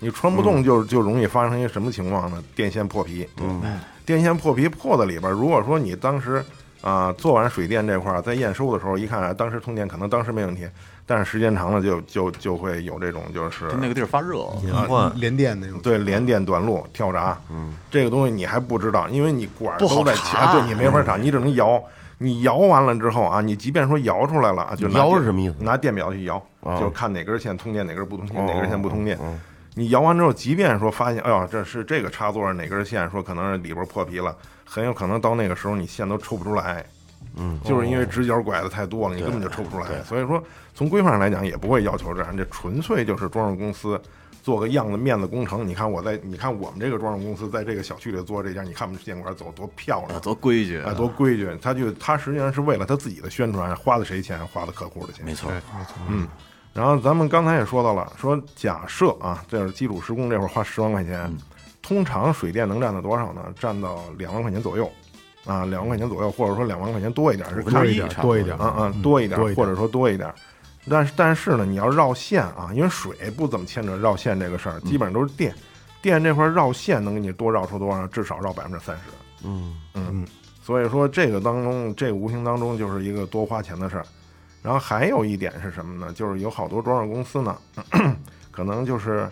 你穿不动就就容易发生一个什么情况呢？电线破皮。嗯，电线破皮破在里边儿，如果说你当时啊、做完水电这块儿，在验收的时候一看，啊当时通电可能当时没问题，但是时间长了就就就会有这种就是
就那个地儿发热，
隐患
啊连电那种，
对，连电短路、跳闸，嗯，这个东西你还不知道，因为你管儿
不好
都在
查
前，对你没法
嗯
查，你只能摇。你摇完了之后啊，你即便说摇出来了啊，就拿
摇
电
是什么意思啊哦
拿电表去摇，就是看哪根线通电，哪根不通电，哪根线不通电。你摇完之后，即便说发现，哎呦，这是这个插座上哪根线，说可能是里边破皮了，很有可能到那个时候你线都抽不出来。嗯，就是因为直角拐的太多了，你根本就抽不出来。所以说，从规范上来讲，也不会要求这样，这纯粹就是装饰公司做个样子面子工程。你看我在，你看我们这个装饰公司在这个小区里做这家，你看我们建管走多漂
啊
亮，
多规矩，
啊，多规矩。他就他实际上是为了他自己的宣传，花的谁钱？花的客户的钱。
没错，
然后咱们刚才也说到了，说假设啊，这是基础施工这会儿花十万块钱，通常水电能占到多少呢？占到两万块钱左右，啊，两万块钱左右，或者说两万块钱多一点，是
多
看
多一
一
点
点
多一点，嗯
啊啊多一点
多一，点
或者说多一点。但是但是呢，你要绕线啊，因为水不怎么牵扯绕线这个事
嗯
儿，基本上都是电，电这块儿绕线能给你多绕出多少？至少绕百分之三十。嗯嗯，所以说这个当中，这个无形当中就是一个多花钱的事儿。然后还有一点是什么呢？就是有好多装饰公司呢， 可能就是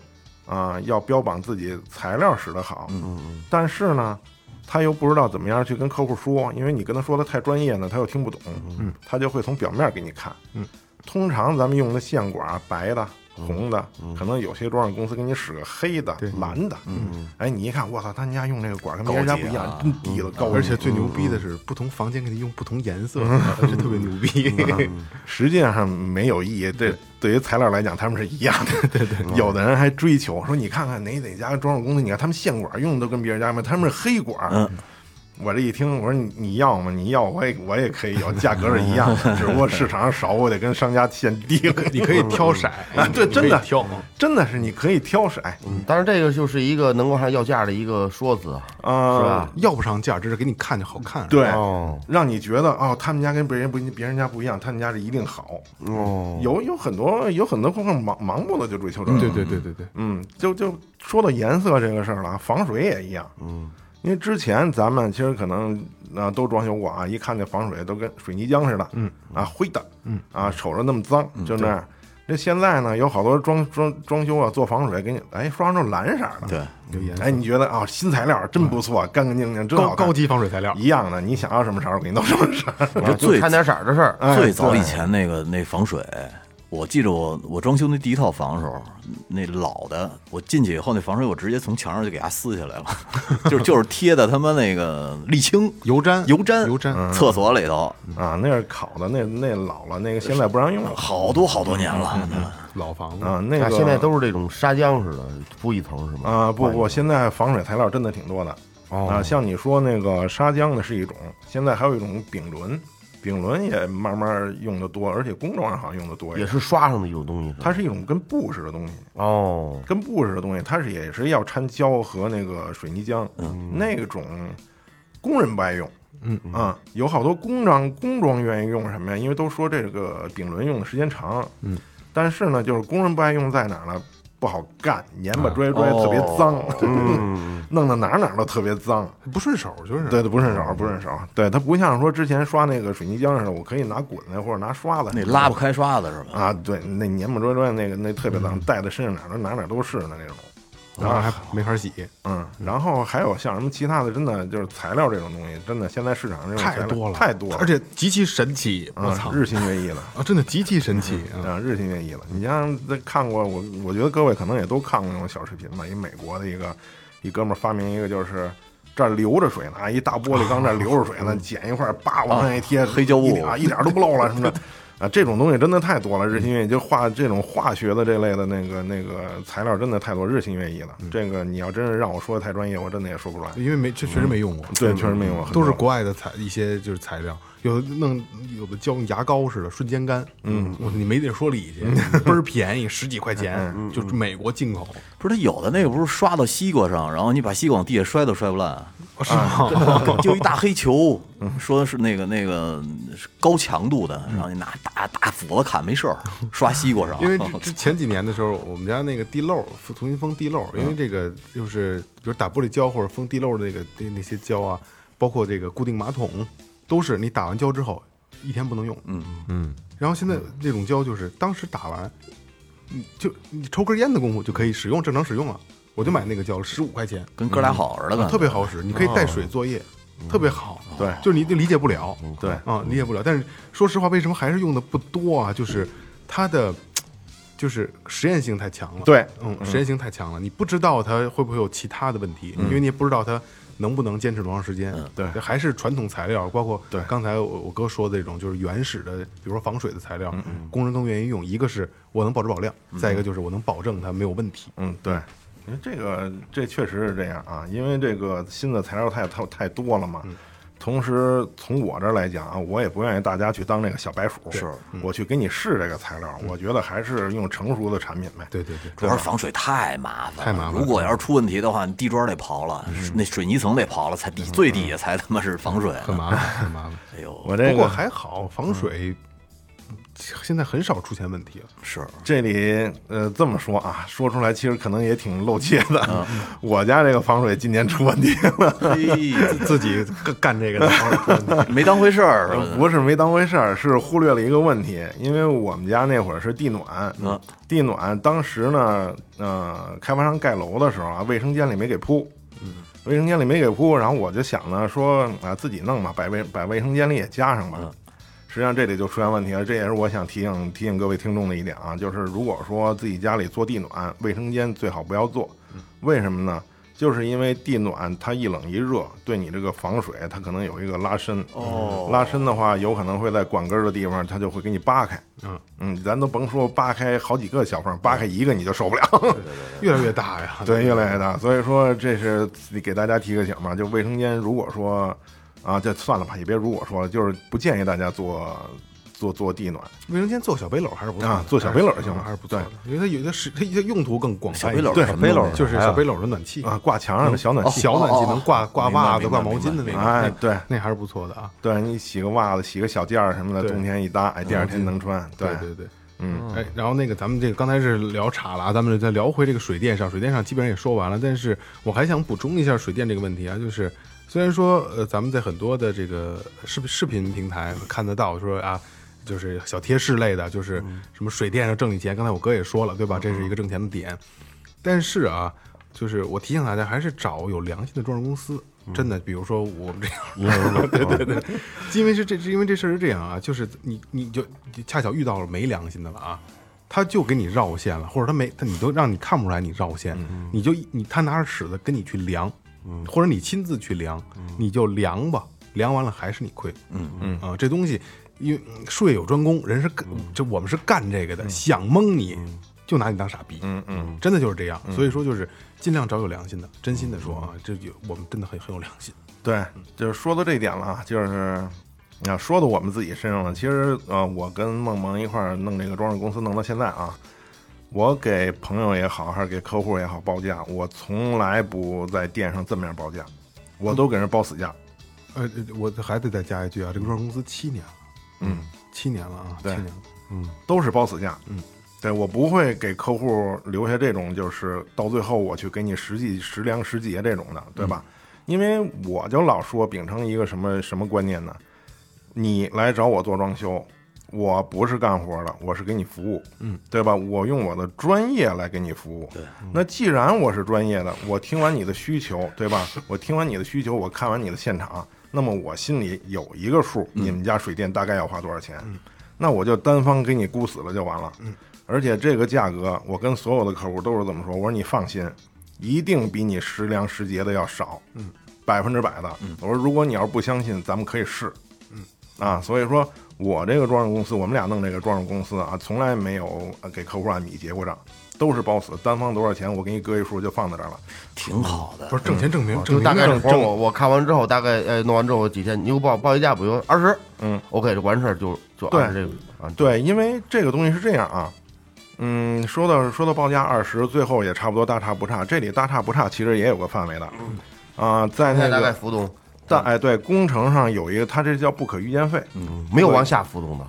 啊、要标榜自己材料使得好，嗯嗯，但是呢，他又不知道怎么样去跟客户说，因为你跟他说的太专业呢，他又听不懂，嗯，他就会从表面给你看，嗯，通常咱们用的线管啊白的。红的，可能有些装饰公司给你使个黑的、蓝的，嗯，啊哎，你一看，我操，他们家用这个管跟别人家不一样，
高级
真低了，高级，
啊嗯
嗯
而且最牛逼的是，不同房间给你用不同颜 色，这特别牛逼。
嗯实际上没有意义。
嗯
这对于材料来讲，他们是一样 的。对对， 有的人还追求说，你看看哪哪家装修公司，你看他们线管用的都跟别人家不一样，他们是黑管。
嗯
我这一听，我说你你要吗？你要我也我也可以要，价格是一样的，只不过市场上少，我得跟商家限低了。
你可以挑色
啊，对，真的
你可以挑。
真的是你可以挑色
嗯但是这个就是一个能够上要价的一个说辞啊，
哦
是
啊
吧，
要不上价，只是给你看着好看。，啊
对，
哦
让你觉得哦，他们家跟别人不一别人家不一样，他们家是一定好。
哦，
有有很多有很多顾客盲盲目的就追
嗯
求这个，
对对对对对，
嗯，就就说到颜色这个事儿了啊，防水也一样。嗯，因为之前咱们其实可能啊、都装修过啊，一看那防水都跟水泥浆似的，嗯啊灰的，嗯啊瞅着那么脏，就那样。那现在呢，有好多装装装修啊，做防水给你哎刷成蓝色的，
对，
有颜色
哎，你觉得啊新材料真不错，干干净净，真
高
好看
高级防水材料，
一样的，你想要什么色儿，我给你弄什么色儿。
我就最
掺点色儿的事儿，啊
哎
最早
对
以前那个那防水，我记着我我装修那第一套房的时候，那老的我进去以后，那防水我直接从墙上就给它撕下来了， 就是就是贴的他妈那个沥青、
油毡
油毡、
油毡
厕所里头，
啊，那是烤的，那那老了，那个现在不让用了
好多好多年了。
老房子，
啊。那
啊
个
现在都是这种砂浆似的铺一哦层是吗？
啊，不不，现在防水材料真的挺多的啊。像你说那个砂浆的是一种，现在还有一种丙纶，丙纶也慢慢用的多，而且工装上好像用的多一
也
点。
是刷上的一种东西是吧，
它是一种跟布似的东西，
哦，
跟布似的东西，它是也是要掺胶和那个水泥浆，那种工人不爱用。嗯啊，有好多工装工装愿意用什么呀？因为都说这个丙纶用的时间长，嗯，但是呢，就是工人不爱用在哪儿呢？不好干，黏巴拽拽，特别脏， 弄得哪儿哪儿都特别脏。
不顺手就是
对对，不顺手，不顺手。
嗯
对，它不像说之前刷那个水泥浆似的，我可以拿滚子或者拿刷子，
那拉不开刷子是吧？
啊，对，那黏不拽拽那个那特别
嗯
脏，带在身上哪儿都哪哪都是的那种。
然后还没法洗，
嗯，然后还有像什么其他的，真的就是材料这种东西，真的现在市场这种材
太
料
多了，
嗯太多了，
而且极其神奇，我
啊
操，
日新月异了。
啊，真的极其神奇啊！
啊，日新月异了。你像这看过我，我觉得各位可能也都看过那种小视频吧。一美国的一个一哥们儿发明一个，就是这儿流着水呢，啊一大玻璃缸这儿流着水呢，捡一块儿叭往上一贴，
啊黑胶布
一点啊一点都不漏了什么 的。啊，这种东西真的太多了，日新月异，就化这种化学的这类的那个那个材料真的太多，日新月异
嗯
了。这个你要真是让我说的太专业，我真的也说不出来。
因为没这确实没用过，
嗯对，确实没有很多，
都是国外的材一些就是材料，有的弄有的胶跟牙膏似的，瞬间干。嗯，我你没地儿说理
嗯
去，倍儿便宜，十几块钱，就是美国进口，
不是，它有的那个不是刷到西瓜上，然后你把西瓜往地下摔都摔不烂，
哦
啊
是吗？
就一大黑球，说是那个那个是高强度的，然后你拿大大斧子砍没事儿，刷西瓜上。
因为之之前几年的时候，我们家那个地漏重新封地漏，因为这个就是比如打玻璃胶或者封地漏的那个那那些胶啊，包括这个固定马桶，都是你打完胶之后一天不能用。嗯嗯。然后现在这种胶就是当时打完，你就你抽根烟的功夫就可以使用正常使用了。我就买那个胶，十五块钱，
跟哥俩好似的，感觉
啊嗯特别好使，你可以带水作业，特别好。
嗯对嗯
就是你就理解不了，
对
啊，理解不了。但是说实话，为什么还是用的不多啊？就是它的就是实验性太强了，
对
嗯，实验性太强了，你不知道它会不会有其他的问题，因为你也不知道它。能不能坚持多长时间？
嗯对
还是传统材料，包括
对
刚才我我哥说的这种，就是原始的，比如说防水的材料，
嗯
工人更愿意用。一个是我能保质保量，再一个就是我能保证它没有问题。
嗯，对，因为这个这确实是这样啊，因为这个新的材料太太太多了
嗯
嘛。同时，从我这儿来讲啊，我也不愿意大家去当这个小白鼠，是
嗯
我去给你试这个材料，我觉得还是用成熟的产品呗。
对对对，
主要是防水太麻烦了，
太麻烦了嗯
如果要是出问题的话，你地砖得刨了，那水泥层得刨了，才底最底下才他妈是防水。
很麻烦，很麻烦。
哎呦，
我这
不过
个
还好，防水现在很少出现问题了。
是
这里呃这么说啊，说出来其实可能也挺露怯
嗯
的。 我家这个防水今年出问题了，
自己干干这个的防水出 问题，
没当回事儿，是
嗯
吧
不是没当回事儿，是忽略了一个问题。因为我们家那会儿是地暖，
嗯
地暖当时呢，呃，开发商盖楼的时候啊，卫生间里没给铺，卫生间里没给铺，然后我就想呢，说啊自己弄吧，把卫把卫生间里也加上吧。实际上这里就出现问题了，这也是我想提醒提醒各位听众的一点啊，就是如果说自己家里做地暖，卫生间最好不要做，为什么呢？就是因为地暖它一冷一热，对你这个防水它可能有一个拉伸，哦，拉伸的话有可能会在管根儿的地方它就会给你扒开，
嗯
嗯，咱都甭说扒开好几个小缝，扒开一个你就受不了，
越来越大呀。
对，越来越大。所以说，这是给大家提个醒嘛，就卫生间如果说啊，这算了吧，也别如果说了，就是不建议大家做做做地暖。
卫生间做小背篓还是不错的
啊做小背篓就行了
还是不错的，因为它有的是它它用途更广泛一
背
些。
篓
对
什么
背篓
都没有
就是小背篓的暖气
啊，，挂墙上的小暖气。
小暖气
哦哦
能挂挂
明白
袜子、
明
挂
白
毛巾的那
明
个，
白哎
那
对
那还是不错的啊。
对你洗个袜子，洗个小件儿什么的，
对
冬天一搭，哎，第二天能穿。
对对对，嗯，哎，然后那个咱们这个刚才是聊岔了啊，咱们再聊回这个水电上，水电上基本上也说完了，但是我还想补充一下水电这个问题啊，就是虽然说呃咱们在很多的这个视视频平台看得到说啊。就是小贴士类的，就是什么水电上挣你钱，刚才我哥也说了，对吧？这是一个挣钱的点，但是啊，就是我提醒大家，还是找有良心的装饰公司。真的，比如说我们这样， 对对对，因为是这，因为这事儿是这样啊，就是你你就你恰巧遇到了没良心的了啊，他就给你绕线了，或者他没他你都让你看不出来你绕线，你就你他拿着尺子跟你去量，或者你亲自去量，你就量吧，量完了还是你亏，嗯嗯啊，这东西因为嗯术业有专攻，人是干这我们是干这个的，想蒙你就拿你当傻逼，嗯嗯，真的就是这样，所以说就是尽量找有良心的，真心的说啊，这有我们真的很很有良心，
对，就是说到这一点了啊，就是啊，说到我们自己身上了。其实呃，我跟梦萌一块儿弄这个装饰公司，弄到现在啊，我给朋友也好，还是给客户也好报价，我从来不在店上正面报价，我都给人报死价。
呃，我还得再加一句啊，这个装饰公司七年了，嗯，七年了啊，七
对
年了，
都是包死价。嗯，对我不会给客户留下这种就是到最后我去给你实际实量实结这种的，对吧？因为我就老说秉承一个什么什么观念呢？你来找我做装修，我不是干活的，我是给你服务，嗯，对吧？我用我的专业来给你服务。对，嗯那既然我是专业的，我听完你的需求，对吧？我听完你的需求，我看完你的现场，那么我心里有一个数，你们家水电大概要花多少钱？那我就单方给你估死了就完了。而且这个价格，我跟所有的客户都是这么说，我说你放心，一定比你实粮实结的要少，嗯，百分之百的。我说如果你要是不相信，咱们可以试，嗯，啊，所以说我这个装饰公司，我们俩弄这个装饰公司啊，从来没有呃给客户按米结过账。都是包死，单方多少钱，我给你搁一数就放在这儿了。
挺好的。
不是挣钱证明，
就
证明
大概这活儿
正
我我看完之后，大概呃弄完之后几天，你给我报报一价，比如二十，
嗯
，OK，就完事儿，就就
对
按这个啊，
对，因为这个东西是这样啊，嗯，说到说到报价二十，最后也差不多大差不差。这里大差不差其实也有个范围的，啊、在
现在
那
大概
个
浮动，
但哎，对，工程上有一个，它这叫不可预见费，
没有往下浮动的，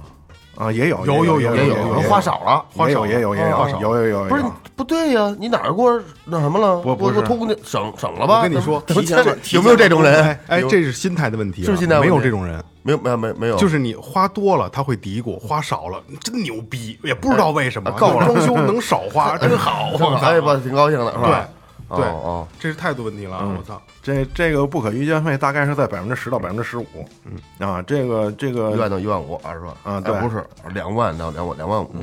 啊，也有，
有
有
有
也
有
有
有花，少了，花
也
少
有
了
也有也有
花少了
有有有，
不是
有
你不对呀，你哪儿给我那什么了？
不不
我
是
我偷工减省省了吧？
我跟你
怎么
说
怎么
提前了
这
提前
有没有这种人
哎？哎，这是心态的问题啊，
是心态问
没
题哦
有这种人，
没有没有没有没有，
就是你花多了他会嘀咕，花少了真牛逼，也不知道为什么，
哎够了
装修能少花真好，我操
咱也不挺高兴的是吧？
对
哦哦，
这是态度问题了，啊我操，
这这个不可预见费大概是在百分之十到百分之十五，嗯啊，这个这
一万
个
到一万五，二十万
啊
哎
对
不是两万到两万两万五，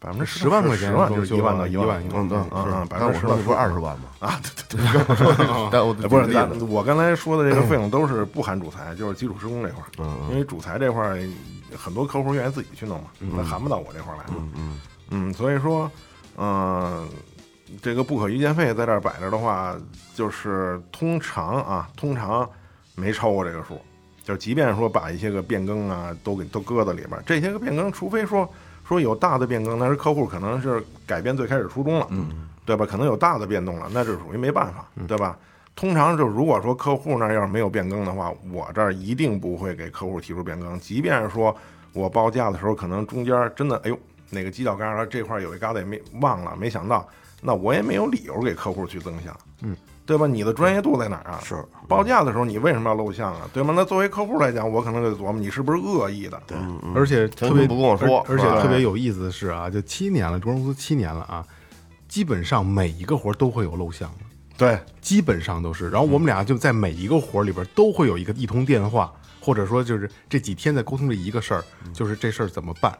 百分之
10万块钱
十万就是
就
一万到一
一万一万
嗯嗯
是
嗯，百
但
分
我
之十
说
到
你
十
说二十万吗？啊，对对对，但我
哎不是，咱
嗯
我刚才说 的这个费用都是不含主材，就是基础施工这块儿，因为主材这块儿很多客户愿意自己去弄嘛，那含不到我这块儿来。嗯嗯所以说，嗯、这个不可预见费在这儿摆着的话，就是通常啊，通常没超过这个数，就即便说把一些个变更啊都给都搁在里边儿，这些个变更，除非说说有大的变更，但是客户可能是改变最开始初衷了，嗯，对吧？可能有大的变动了，那这属于没办法，对吧？通常就如果说客户那儿要是没有变更的话，我这儿一定不会给客户提出变更，即便是说我报价的时候，可能中间真的哎呦哪个犄角旮旯这块儿有一旮旯也没忘了，没想到，那我也没有理由给客户去增项，嗯。对吧？你的专业度在哪儿啊？
是
报价的时候，你为什么要露相啊？对吗？那作为客户来讲，我可能就琢磨你是不是恶意的。对，
而且
强
特别
行嗯不跟我说
而而且
是吧
特别有意思的是啊，就七年了，装修公司七年了啊，基本上每一个活儿都会有漏项的。
对，
基本上都是。然后我们俩就在每一个活儿里边儿都会有一个一通电话，或者说就是这几天在沟通这一个事儿，
嗯
就是这事儿怎么办。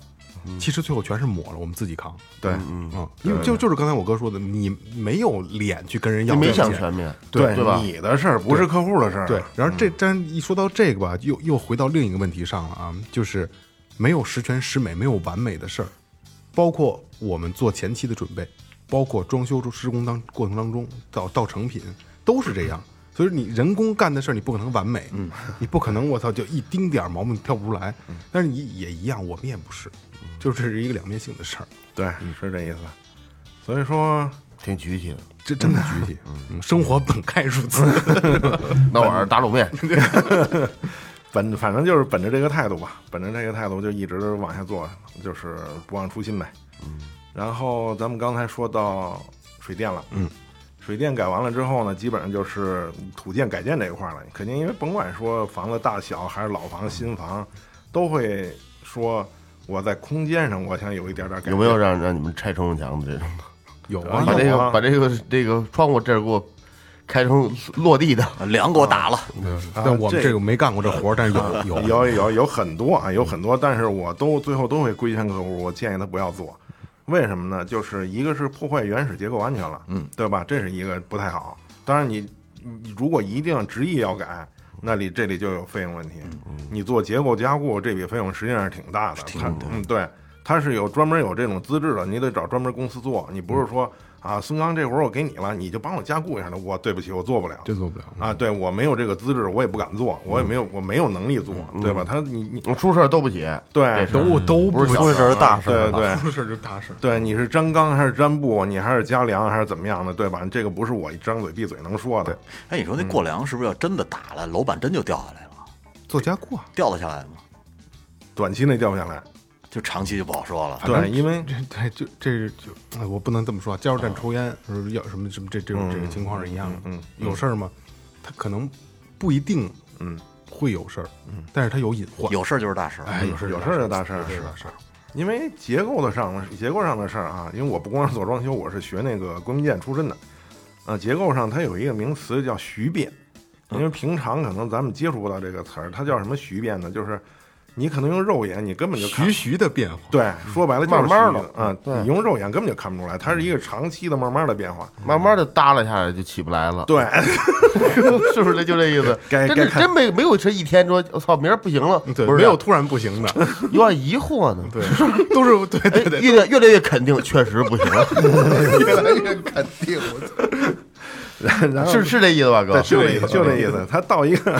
其实最后全是抹了，我们自己扛。
对，
嗯，因为就就是刚才我哥说的，你没有脸去跟人要
你没
这个
想
钱
全面，
对
对吧？
你的事儿不是客户的事儿。啊
对，然后这但一说到这个吧，又又回到另一个问题上了啊，就是没有十全十美，没有完美的事儿，包括我们做前期的准备，包括装修施工当过程当中到到成品都是这样。所以你人工干的事儿，你不可能完美，嗯，你不可能我操就一丁点儿毛病挑不出来，但是你也一样，我们也不是，就这是一个两面性的事儿，
对，是这意思。所以说，
挺局气的。
这真的具体，嗯，生活本该如此，
那晚上打卤面，
本反正就是本着这个态度吧，本着这个态度就一直往下做，就是不忘初心呗。然后咱们刚才说到水电了，嗯，水电改完了之后呢，基本上就是土建改建这一块了。肯定因为甭管说房子大小还是老房新房，都会说我在空间上我想有一点点改变。
有没有让让你们拆承重墙的这种？
有
啊
啊，
把
有
这
有
个
啊
把这个这个窗户这儿给我开成落地的，
嗯
梁给我打了，
但我们
这
啊这个没干过这活儿，但是有有
有有有很多啊，有很多，但是我都最后都会规劝客户，我建议他不要做。为什么呢？就是一个是破坏原始结构安全了，嗯，对吧？这是一个不太好。当然你，你如果一定执意要改，那里这里就有费用问题。你做结构加固，这笔费用实际上嗯是挺大的。它嗯，对，它是有专门有这种资质的，你得找专门公司做。你不是说啊，孙刚这活儿我给你了，你就帮我加固一下呢？我对不起，我做不了。
真做不了。
啊，对我没有这个资质，我也不敢做，我也没有我没有能力做，对吧？他你你
哦
出事儿都不起。
对
这
都我哎都
不是小
出了事儿是大事儿
对
了，
对
出事儿就大事儿。
对，你是粘钢还是粘布，你还是加梁还是怎么样的，对吧？这个不是我一张嘴闭嘴能说的。
哎，你说那
嗯
过梁是不是要真的打了，楼板真就掉下来了？
做加 固啊，
掉得下来吗？
短期内掉不下来，
就长期就不好说
哎
了。
对，因为
这这就这就哎，我不能这么说啊。加油站抽烟，呃要什么什么这这种这个情况是一样的。
嗯，
有事儿吗？他可能不一定，
嗯，
会有事儿，嗯，但是他有隐患。
有事儿就是大事儿。
哎，有事儿
嗯有
事
事儿就大事儿
有事儿就大事儿。
因为结构的上的结构上的事儿啊，因为我不光是做装修，我是学那个规模建出身的，啊，结构上它有一个名词叫徐变，因为平常可能咱们接触不到这个词儿，它叫什么徐变呢？就是你可能用肉眼你根本就看
徐徐的变化，
对，说白了就是
慢慢
虚
的
嗯，
对
你用肉眼根本就看不出来，它是一个长期的慢慢的变化。
慢慢的耷拉下来就起不来了，
对，
是不是？就这意思。
该
真
该
的
看
真没没有这一天说，我操，明儿不行了，
嗯对，啊
不是
没有突然不行的，
有点疑惑呢。哎
对，都是对对对，
越来越来越肯定，确实不行，越来越肯定，
然 后
是是这意思吧，哥
对，？就这意思，就这意思。他到一个，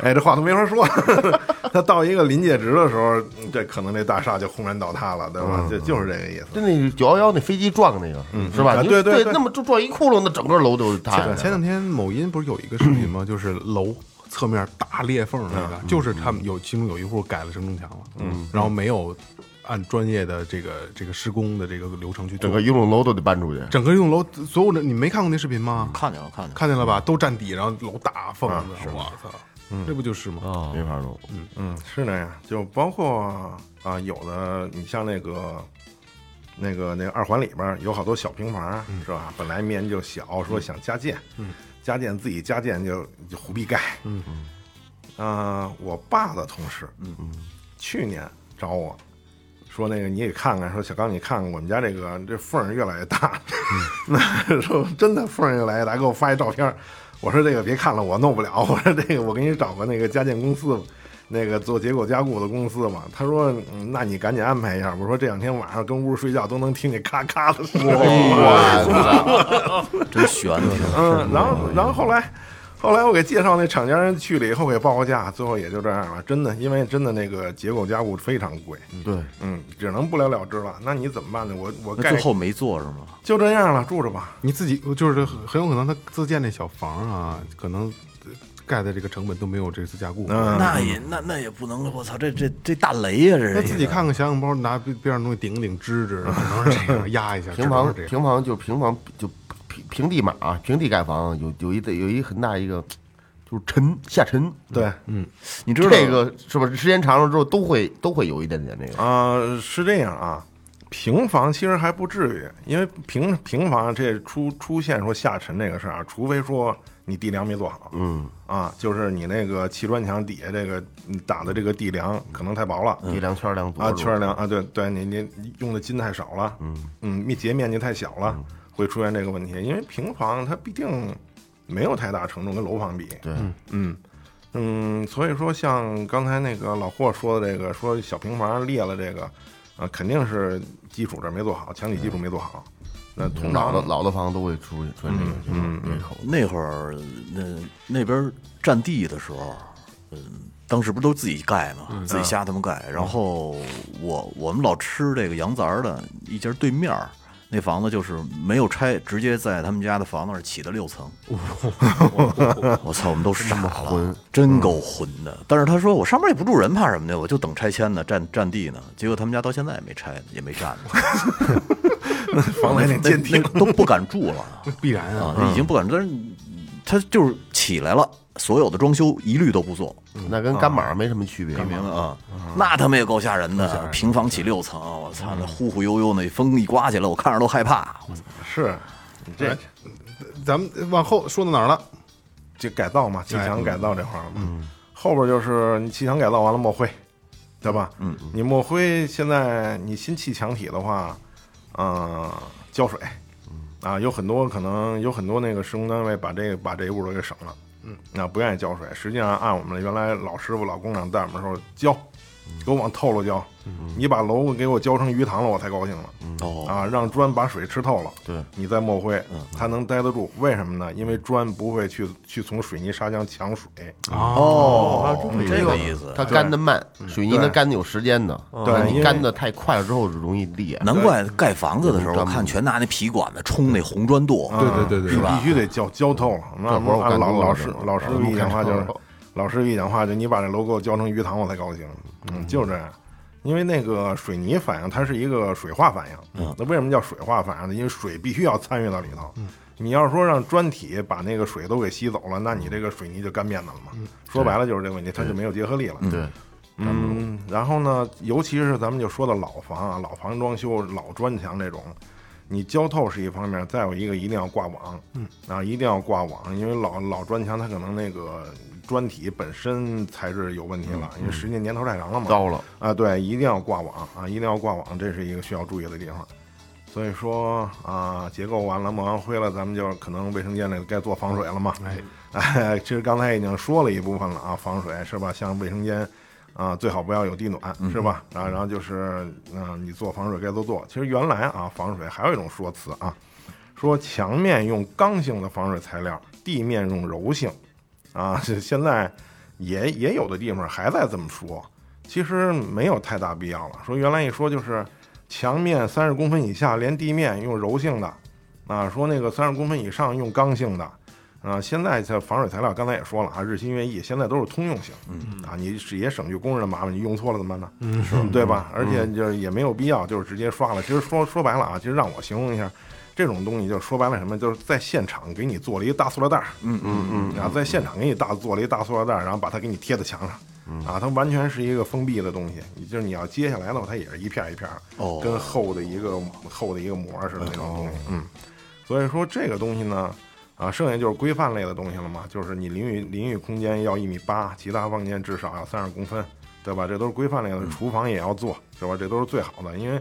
哎，这话都没法说。 他到一个临界值的时候，这可能这大厦就轰然倒塌了，对
嗯
吧？就就是这个意思。
就那九幺幺那飞机撞那个，是吧？
啊
你
对对
对
对
那么就撞一窟窿，那整个楼都塌下来
前前
了。
两天某音不是有一个视频吗？就是楼侧面大裂缝那
嗯
个，就是他们有其中有一户改了承重墙了，嗯，然后没有按专业的这个这个施工的这个流程去做
整个，一栋楼都得搬出去，
整个一栋楼所有的你没看过那视频吗？
看见了，看见了。
看见了吧？都占地，然后楼大缝子，我操，这不就是吗？
哦
没法弄。
嗯，是那样，就包括啊，有的你像那个。那个那个二环里边儿有好多小平房，是吧？本来面积就小，说想加建，嗯，加建自己加建就就胡逼盖，嗯嗯，啊，我爸的同事，嗯嗯，去年找我说那个你也看看，说小刚你看看我们家这个这缝儿越来越大，那说真的缝儿越来越大，给我发一照片儿。我说这个别看了，我弄不了。 我说这个我给你找个那个家建公司吧，那个做结构加固的公司嘛。他说、嗯那你赶紧安排一下。我说这两天晚上跟屋睡觉都能听见咔咔的声音。
真悬，
嗯，然后然后后来，后来我给介绍那厂家人去了以后给报个价，最后也就这样了。真的，因为真的那个结构加固非常贵，
对，
嗯，只能不了了之了。那你怎么办呢？我我
那
盖
最后没做是吗？
就这样了，住着吧。
你自己就是很很有可能他自建那小房啊，可能呃盖的这个成本都没有这次加固，
嗯，
那也那那也不能，我操，这这这大雷呀、这是
那
一
自己
个
看看，想想包，拿边边上东西顶顶、支支，只能是这样压 一下。
平房
只能是这样
平房就平房就平平地马啊平地盖房有有一有一很大一个就是沉下沉，
对，
你知道
这个是不是时间长了之后都会都会有一点点那个
啊、是这样啊。平房其实还不至于，因为平平房这出出现说下沉这个事儿啊，除非说你地梁没做好，嗯啊，就是你那个砌砖墙底下这个你打的这个地梁可能太薄了，
一两圈儿两左
啊，
右
圈儿量啊，对对，你你你用的筋太少了，嗯嗯，截面积太小了，
嗯
会出现这个问题。因为平房它毕竟没有太大承重，跟楼房比，
对
嗯嗯，所以说像刚才那个老霍说的这个，说小平房裂了这个，啊，肯定是基础这儿没做好，墙体基础没做好。那通
老
常
的老的房都会出出现这个情况这口
那会儿那那边占地的时候，嗯，当时不都自己盖嘛，
嗯
自
啊
己瞎他们盖。然后我我们老吃这个羊杂儿的一家对面儿那房子就是没有拆，直接在他们家的房子上起的六 层。我操，我们都傻了，真
嗯
够混的。但是他说我上面也不住人，怕什么的？我就等拆迁呢，占占地呢。结果他们家到现在也没拆呢，也没占呢，
房 子还得监
那
听，
个都不敢住了
必然啊，
啊，已经不敢住。但是他就是起来了，所有的装修一律都不做，
嗯那跟干马没什么区别。
明白啊？那他们也够吓人的，嗯平房起六层，我操，那忽忽悠悠那风一刮起来，我看着都害怕。我操
是你
哎
这
咱们往后说到哪儿了？
这改造嘛，砌墙改造这块儿嘛，后边就是你砌墙改造完了抹灰，对吧？嗯，你抹灰现在你新砌墙体的话，嗯，浇水，啊，有很多可能有很多那个施工单位把这个把这一步都给省了，嗯，那不愿意浇水，实际上按我们原来老师傅老工长带我们的时候浇，给我往透了浇，你把楼给我浇成鱼塘了，我才高兴了，
哦
啊，让砖把水吃透了，对，你再抹灰，它能待得住。为什么呢？因为砖不会去去从水泥沙浆抢水，
哦，这个意思。
它干的慢，水泥它干的有时间的，
对因
你
为
干的太快了之后容易裂。
难怪盖房子的时候，
对
我看全拿那皮管子冲那红砖垛。
对对对对，
你必须得浇浇透了。那
活儿我
按
干
老
多了
老
这
师
活儿
老师傅一讲话就是，老师傅一讲话就你把这楼给我浇成鱼塘，我才高兴。嗯，就这样。因为那个水泥反应，它是一个水化反应。那为什么叫水化反应呢？因为水必须要参与到里头。你要是说让砖体把那个水都给吸走了，那你这个水泥就干面子了嘛。说白了就是这个问题，它就没有结合力了。
对，
嗯，然后呢，尤其是咱们就说到老房啊，老房装修、老砖墙这种，你浇透是一方面，再有一个一定要挂网，嗯啊，一定要挂网，因为老老砖墙它可能那个砖体本身材质有问题了，因为时间年头太长了嘛，
糟了，
啊，对，一定要挂网啊，一定要挂网，这是一个需要注意的地方。所以说啊，结构完了，抹完灰了，咱们就可能卫生间里该做防水了嘛。哎，其实刚才已经说了一部分了啊，防水是吧？像卫生间啊，最好不要有地暖是吧？啊，然后就是嗯、你做防水该做做。其实原来啊，防水还有一种说辞啊，说墙面用刚性的防水材料，地面用柔性。啊，这现在也也有的地方还在这么说，其实没有太大必要了。说原来一说就是墙面三十公分以下连地面用柔性的，啊，说那个三十公分以上用刚性的，啊，现在这防水材料刚才也说了啊，日新月异，现在都是通用性，嗯啊，你是也省去工人的麻烦，你用错了怎么办呢？嗯，是对吧？而且就是也没有必要就是直接刷了。其实说说白了啊，其实让我形容一下。这种东西就说白了什么，就是在现场给你做了一个大塑料袋儿，嗯，然后在现场给你大做了一大塑料袋儿，然后把它给你贴在墙上，啊，它完全是一个封闭的东西，你就是你要揭下来的话，它也是一片儿一片儿，
哦
跟厚的一个厚的一个膜儿似的那种东西，嗯，所以说这个东西呢，啊，剩下就是规范类的东西了嘛，就是你淋浴淋浴空间要一米八，其他房间至少要三十公分，对吧？这都是规范类的，厨房也要做，是吧？这都是最好的，因为。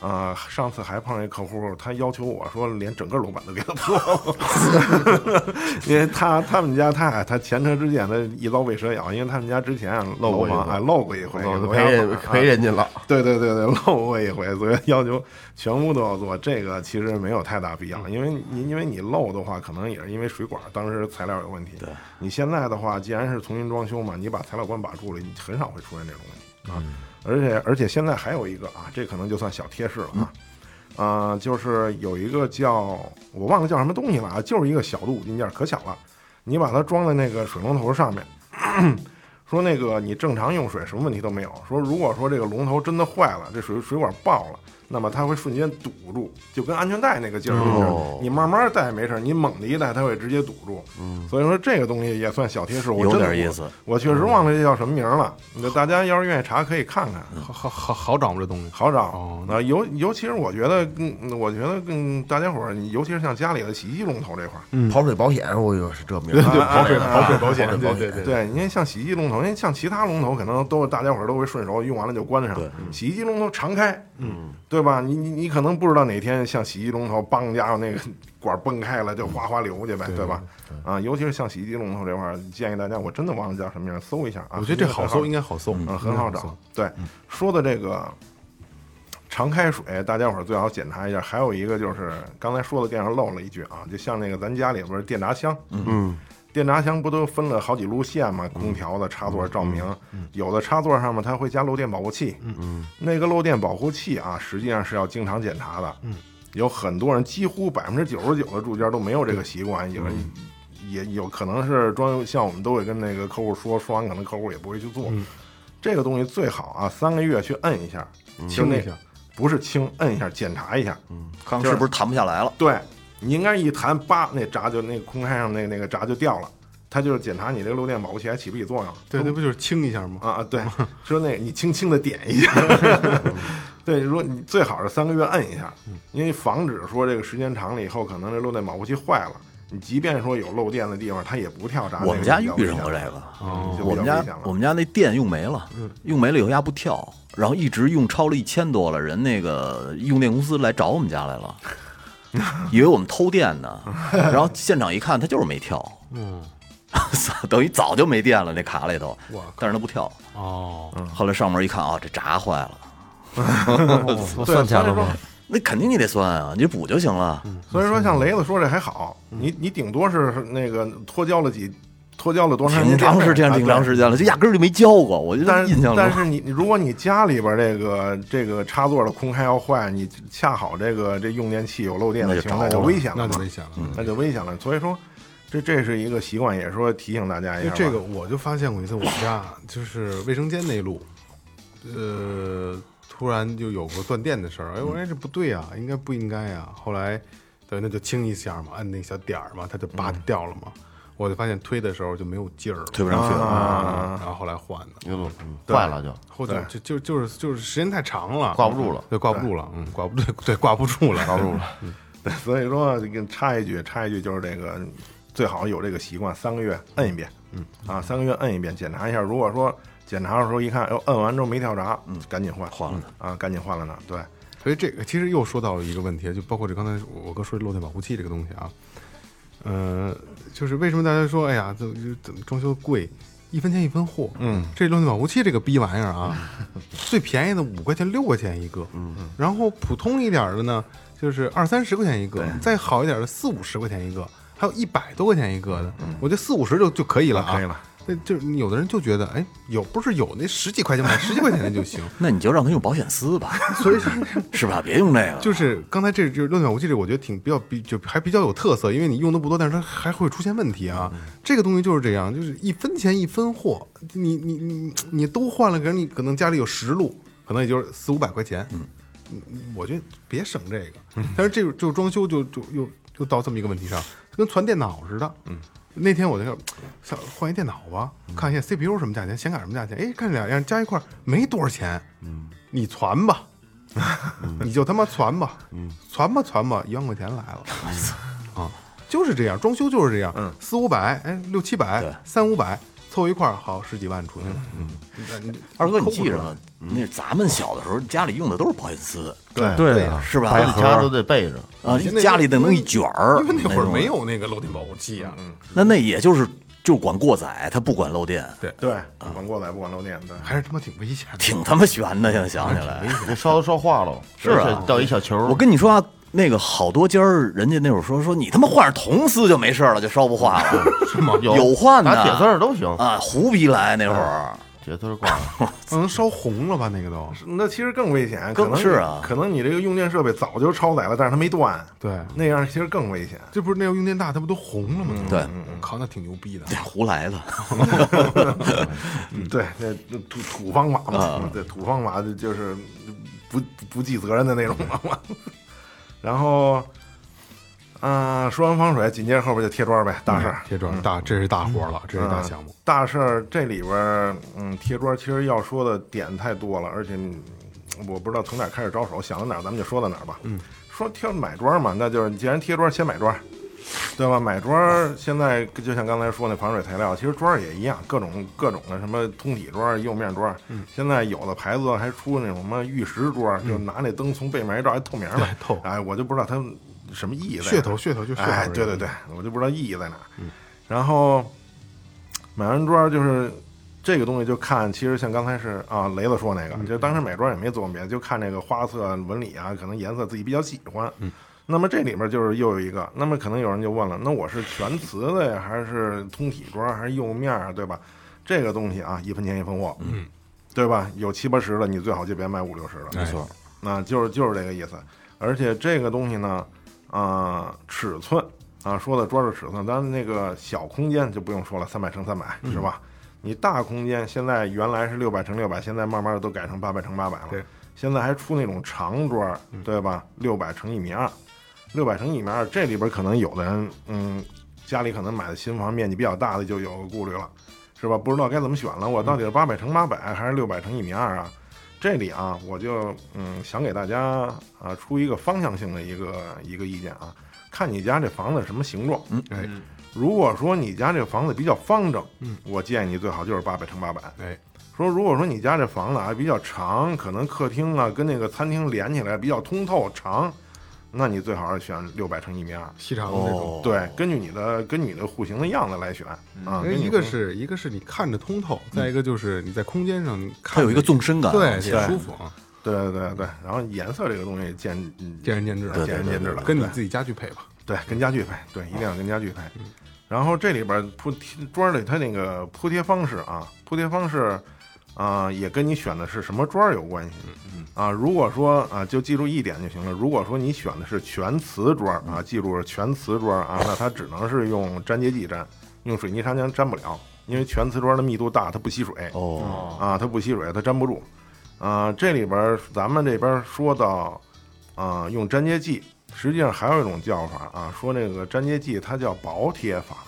啊、上次还碰上一客户，他要求我说连整个楼板都给他做 了，因为他他们家他他前车之鉴，他一遭被蛇咬，因为他们家之前啊
漏过
楼
一
房
回
哎漏过一回，
我
楼
赔
阳
人
板啊
赔人家了。
对对对对，漏过一回，所以要求全屋都要做。这个其实没有太大必要，因为你因为你漏的话，可能也是因为水管当时材料有问题。对，你现在的话，既然是重新装修嘛，你把材料管把住了，你很少会出现这种问题啊。而且而且现在还有一个啊，这可能就算小贴士了啊。啊、就是有一个叫我忘了叫什么东西了啊，就是一个小的五金件，可小了。你把它装在那个水龙头上面， 说那个你正常用水什么问题都没有。说如果说这个龙头真的坏了，这水水管爆了，那么它会瞬间堵住，就跟安全带那个劲儿似
哦
的。你慢慢带没事儿，你猛的一带它会直接堵住。所以说这个东西也算小贴士，我
嗯有
真的
点意
我
思。
我确实忘了这叫什么名儿了，那大家要是愿意查可以看
嗯
看。
好好好好找吗？这东西
好
哦
找。那尤尤其是我觉得，嗯，我觉得嗯，大家伙儿，尤其是像家里的洗衣机龙头这块儿，
跑水保险，我有是这名儿，
嗯对
啊
跑水
啊
跑水保
跑水
险，对
保
对对对，
对，因为像洗衣机龙头，因为像其他龙头可能都是大家伙儿都会顺手用完了就关上。
嗯
洗衣机龙头常开，嗯，对吧？你你你可能不知道哪天像洗衣龙头，梆家伙那个 管儿崩开了，就哗哗流去呗，对吧？啊，尤其是像洗衣机龙头这块儿，建议大家，我真的忘了叫什么名儿，搜一下啊。
我觉得这好搜，应
该
该好搜，嗯
啊，很好嗯找。对，说的这个常开水，大家伙儿最好检查一下。还有一个就是刚才说的电上漏了一句啊，就像那个咱家里边儿电闸箱，嗯，电闸箱不都分了好几路线嘛？空调的插座、照明，有的插座上面它会加漏电保护器，嗯嗯，那个漏电保护器啊，实际上是要经常检查的，嗯。有很多人，几乎百分之九十九的住家都没有这个习惯，有人也有可能是装修，像我们都会跟那个客户说，说完可能客户也不会去做。这个东西最好啊，三个月去摁一下，清
嗯一下，
不是清，摁一下检查一下。
看
就是
是不是谈不下来了？
对你应该一弹，叭，那闸就那个空开上那那个闸就掉了。他就是检查你这个漏电保护器还起不起作用。
对，那不就是清一下吗？
啊啊， 对，说那个你轻轻的点一下， 对，如果你最好是三个月摁一下，因为防止说这个时间长了以后，可能这漏电保护器坏了。你即便说有漏电的地方，它也不跳闸。
我们家
那
遇
个就比较
上过这
危险
个，
了，就比较
我们
危
家
险了嗯
我们家那电用没了，用没了以后，家不跳，然后一直用超了一千多了，人那个用电公司来找我们家来 了，以为我们偷电呢，然后现场一看，它就是没跳，
嗯，
等于早就没电了那卡里头
我靠，
但是它不跳。
哦，
后来上门一看啊，这闸坏了，
我算钱了吗？
那肯定你得算啊，你就补就行了。
所以说，像雷子说这还好，
嗯
你你顶多是那个脱胶了几，脱胶了多长时
挺
间电费？
长时间，
啊
挺
对
长时间了，就压根儿就没交过，我就
但是
印象
但
中。
是你你如果你家里边这个这个插座的空开要坏，你恰好这个这用电器有漏电的
那就
情况，
着
那就
了
危险
嗯
了
那
嘛，
就啊危险了。嗯
那就危险了。所以说，这这是一个习惯，也是说提醒大家一
因为
下吧。
这个我就发现过一次，我们家就是卫生间那一路，呃，突然就有过断电的事儿。哎，我说哎这不对呀、应该不应该呀、后来，对，那就轻一下嘛，按那小点儿嘛，它就叭就掉了嘛。我就发现推的时候就没有劲儿了，
推不上去了
啊。然后后来换的，
有种嗯坏了就
后头就就就是就是时间太长了，
挂不住了
对，挂不住了，嗯，挂不对对，挂不住了，挂不住了。
对，所以说跟插一句，插一句就是这个，最好有这个习惯，三个月摁一遍，嗯啊，三个月摁一遍，检查一下。如果说检查的时候一看，哎呦，摁完之后没跳闸，嗯，赶紧换，换了啊，赶紧换了呢。对，
所以这个其实又说到了一个问题，就包括这刚才我哥说的漏电保护器这个东西啊，呃，就是为什么大家说，哎呀，怎么怎么装修贵，一分钱一分货，嗯，这漏电保护器这个逼玩意儿啊，最便宜的五块钱六块钱一个，嗯，然后普通一点儿的呢，就是二三十块钱一个，再好一点的四五十块钱一个，还有一百多块钱一个的，我觉得四五十就就嗯可以了、啊，
可以了。
那就是有的人就觉得，哎，有不是有那十几块钱买十几块钱的就行，
那你就让他用保险丝吧，所以 是吧？别用这个了，
就是刚才这就是漏电武器，这我觉得挺比较比就还比较有特色，因为你用的不多，但是它还会出现问题啊。这个东西就是这样，就是一分钱一分货，你你你你都换了，可能你可能家里有十路，可能也就是四五百块钱。嗯，我觉得别省这个，但是这个就装修就就又又到这么一个问题上，跟传电脑似的。嗯。那天我就想换一电脑吧，看一下 CPU 什么价钱，显卡什么价钱，哎，看两样加一块儿没多少钱，嗯，你传吧， 你就他妈攒吧，攒吧攒吧，一万块钱来 了，啊，就是这样，装修就是这样，
嗯
四五百，哎，六七百，三五百，凑一块儿，好，十几万出去了，嗯，
二哥，你记着嗯吗？那咱们小的时候家里用的都是保险丝，
对
对啊，
是吧？
白家都得备着，
啊，
现在
家里得弄一卷儿。
因为那会儿
种
没，有那个漏电保护器啊，
嗯
那那也就是就管过载，他不管漏电，
对，啊管过载不管漏电，对。
还是他妈挺危险的，
挺他妈悬的。现在想起来，
那烧都烧化了，
是啊
而且掉一小球儿。
我跟你说啊，那个好多家儿，人家那会儿说说你他妈换上铜丝就没事了，就烧不化了，是 吗？有换的，
打铁丝儿都行，
啊，胡逼来那会儿，
铁丝儿挂 了。
能烧红了吧？那个都，
那其实更危险，
更
可能
是啊
可能你这个用电设备早就超载了，但是它没断，
对
那样其实更危险。
这不是那个用电大，它不都红了
嗯
吗？
对
我靠，那挺牛 逼的，
这胡来的，
对，那那土土方法嘛，对，土方法就就是不不计责任的那种方法。 然后，啊、说完防水，紧接着后边就贴砖呗，大事儿。
贴砖大，这是大活了，这是
嗯
大项目，
大事儿这里边儿，嗯，贴砖其实要说的点太多了，而且嗯我不知道从哪儿开始着手，想到哪儿咱们就说到哪儿吧。嗯，说贴买砖嘛，那就是既然贴砖，先买砖，对吧？买砖儿现在就像刚才说那防水材料，其实砖儿也一样，各种各种的什么通体砖儿、釉面砖儿。
嗯
现在有的牌子还出那种什么玉石砖儿，就拿那灯从背面一照，还透明的。
透
哎，我就不知道它什么意义在哪儿。
噱头噱头就噱头，
哎，对对对，，我就不知道意义在哪。然后买完砖就是这个东西，就看其实像刚才是啊雷子说那个，就当时买砖也没琢磨别的，就看这个花色、纹理啊，可能颜色自己比较喜欢。那么这里面就是又有一个，那么可能有人就问了，那我是全瓷的呀，还是通体砖，还是釉面啊，对吧？这个东西啊，一分钱一分货，嗯，对吧？有七八十的，你最好就别买五六十的，没错。那就是就是这个意思。而且这个东西呢，啊、尺寸啊，说的主要是尺寸，当然那个小空间就不用说了，三百乘三百是吧？你大空间现在原来是六百乘六百，现在慢慢的都改成八百乘八百了。
对，
现在还出那种长桌儿，对吧？六百乘一米二，六百乘一米二，这里边可能有的人，嗯，家里可能买的新房面积比较大的就有顾虑了，是吧？不知道该怎么选了，我到底是八百乘八百还是六百乘一米二啊？这里啊，我就嗯想给大家啊出一个方向性的一个一个意见啊，看你家这房子什么形状。嗯，
哎
如果说你家这房子比较方正，嗯，我建议你最好就是八百乘八百。
哎，
说如果说你家这房子啊比较长，可能客厅啊跟那个餐厅连起来比较通透长，那你最好是选六百乘一米二。
细长的那
哦
种。
对，根据你的根据你的户型的样子来选啊。
因为
根据
一个
户
是一个是你看着通透，再一个就是你在空间上你看
嗯它有一个纵深感，
对，
其
也
实
舒服啊，
对对对对，然后颜色这个东西见嗯
见仁见智啊，
对见仁见智了
跟你
对
自己家去配吧。
对，跟家具配，对，一定要跟家具配。然后这里边儿铺贴砖里它那个铺贴方式啊，铺贴方式啊、也跟你选的是什么砖儿有关系。啊，如果说啊，就记住一点就行了。如果说你选的是全瓷砖儿啊，记住是全瓷砖儿啊，那它只能是用粘接剂粘，用水泥砂浆粘不了，因为全瓷砖儿的密度大，它不吸水。
哦，
啊，它不吸水，它粘不住。啊，这里边儿咱们这边儿说到啊，用粘接剂，实际上还有一种叫法啊，说那个粘接剂它叫薄贴法，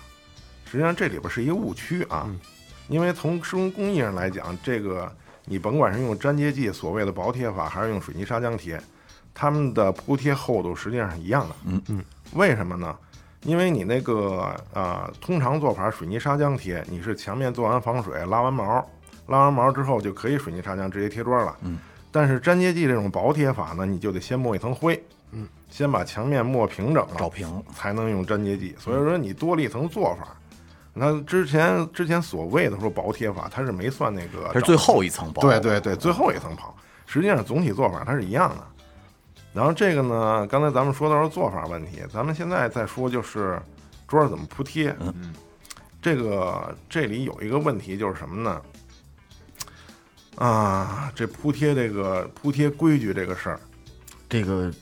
实际上这里边儿是一个误区啊，因为从施工工艺上来讲，这个你甭管是用粘接剂所谓的薄贴法，还是用水泥砂浆贴，它们的铺贴厚度实际上是一样的。嗯嗯，为什么呢？因为你那个呃，通常做法水泥砂浆贴，你是墙面做完防水，拉完毛，拉完毛之后就可以水泥砂浆直接贴砖了。嗯，但是粘接剂这种薄贴法呢，你就得先抹一层灰，嗯，先把墙面抹平整了，
找平
才能用粘接剂。所以说你多了一层做法。那之前之前所谓的说薄贴法，它是没算那个，
它是最后一层包，
对对对，最后一层刨，实际上总体做法它是一样的。然后这个呢，刚才咱们说到是做法问题，咱们现在再说就是桌儿怎么铺贴。嗯，这个这里有一个问题就是什么呢？啊，这铺贴这个铺贴规矩这个事儿，
这个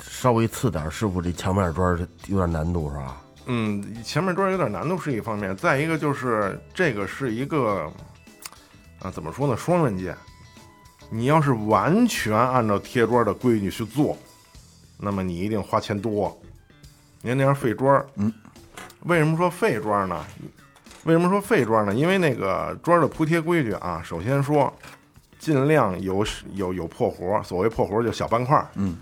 稍微次点儿，师傅这墙面砖儿有点难度是吧？
嗯，前面桌儿有点难度是一方面，再一个就是这个是一个啊，怎么说呢，双刃剑。你要是完全按照贴桌儿的规矩去做，那么你一定花钱多。您那样废砖儿，嗯，为什么说废砖儿呢？为什么说废砖儿呢？因为那个砖儿的铺贴规矩啊，首先说尽量有有有破活儿，所谓破活儿就小斑块，嗯，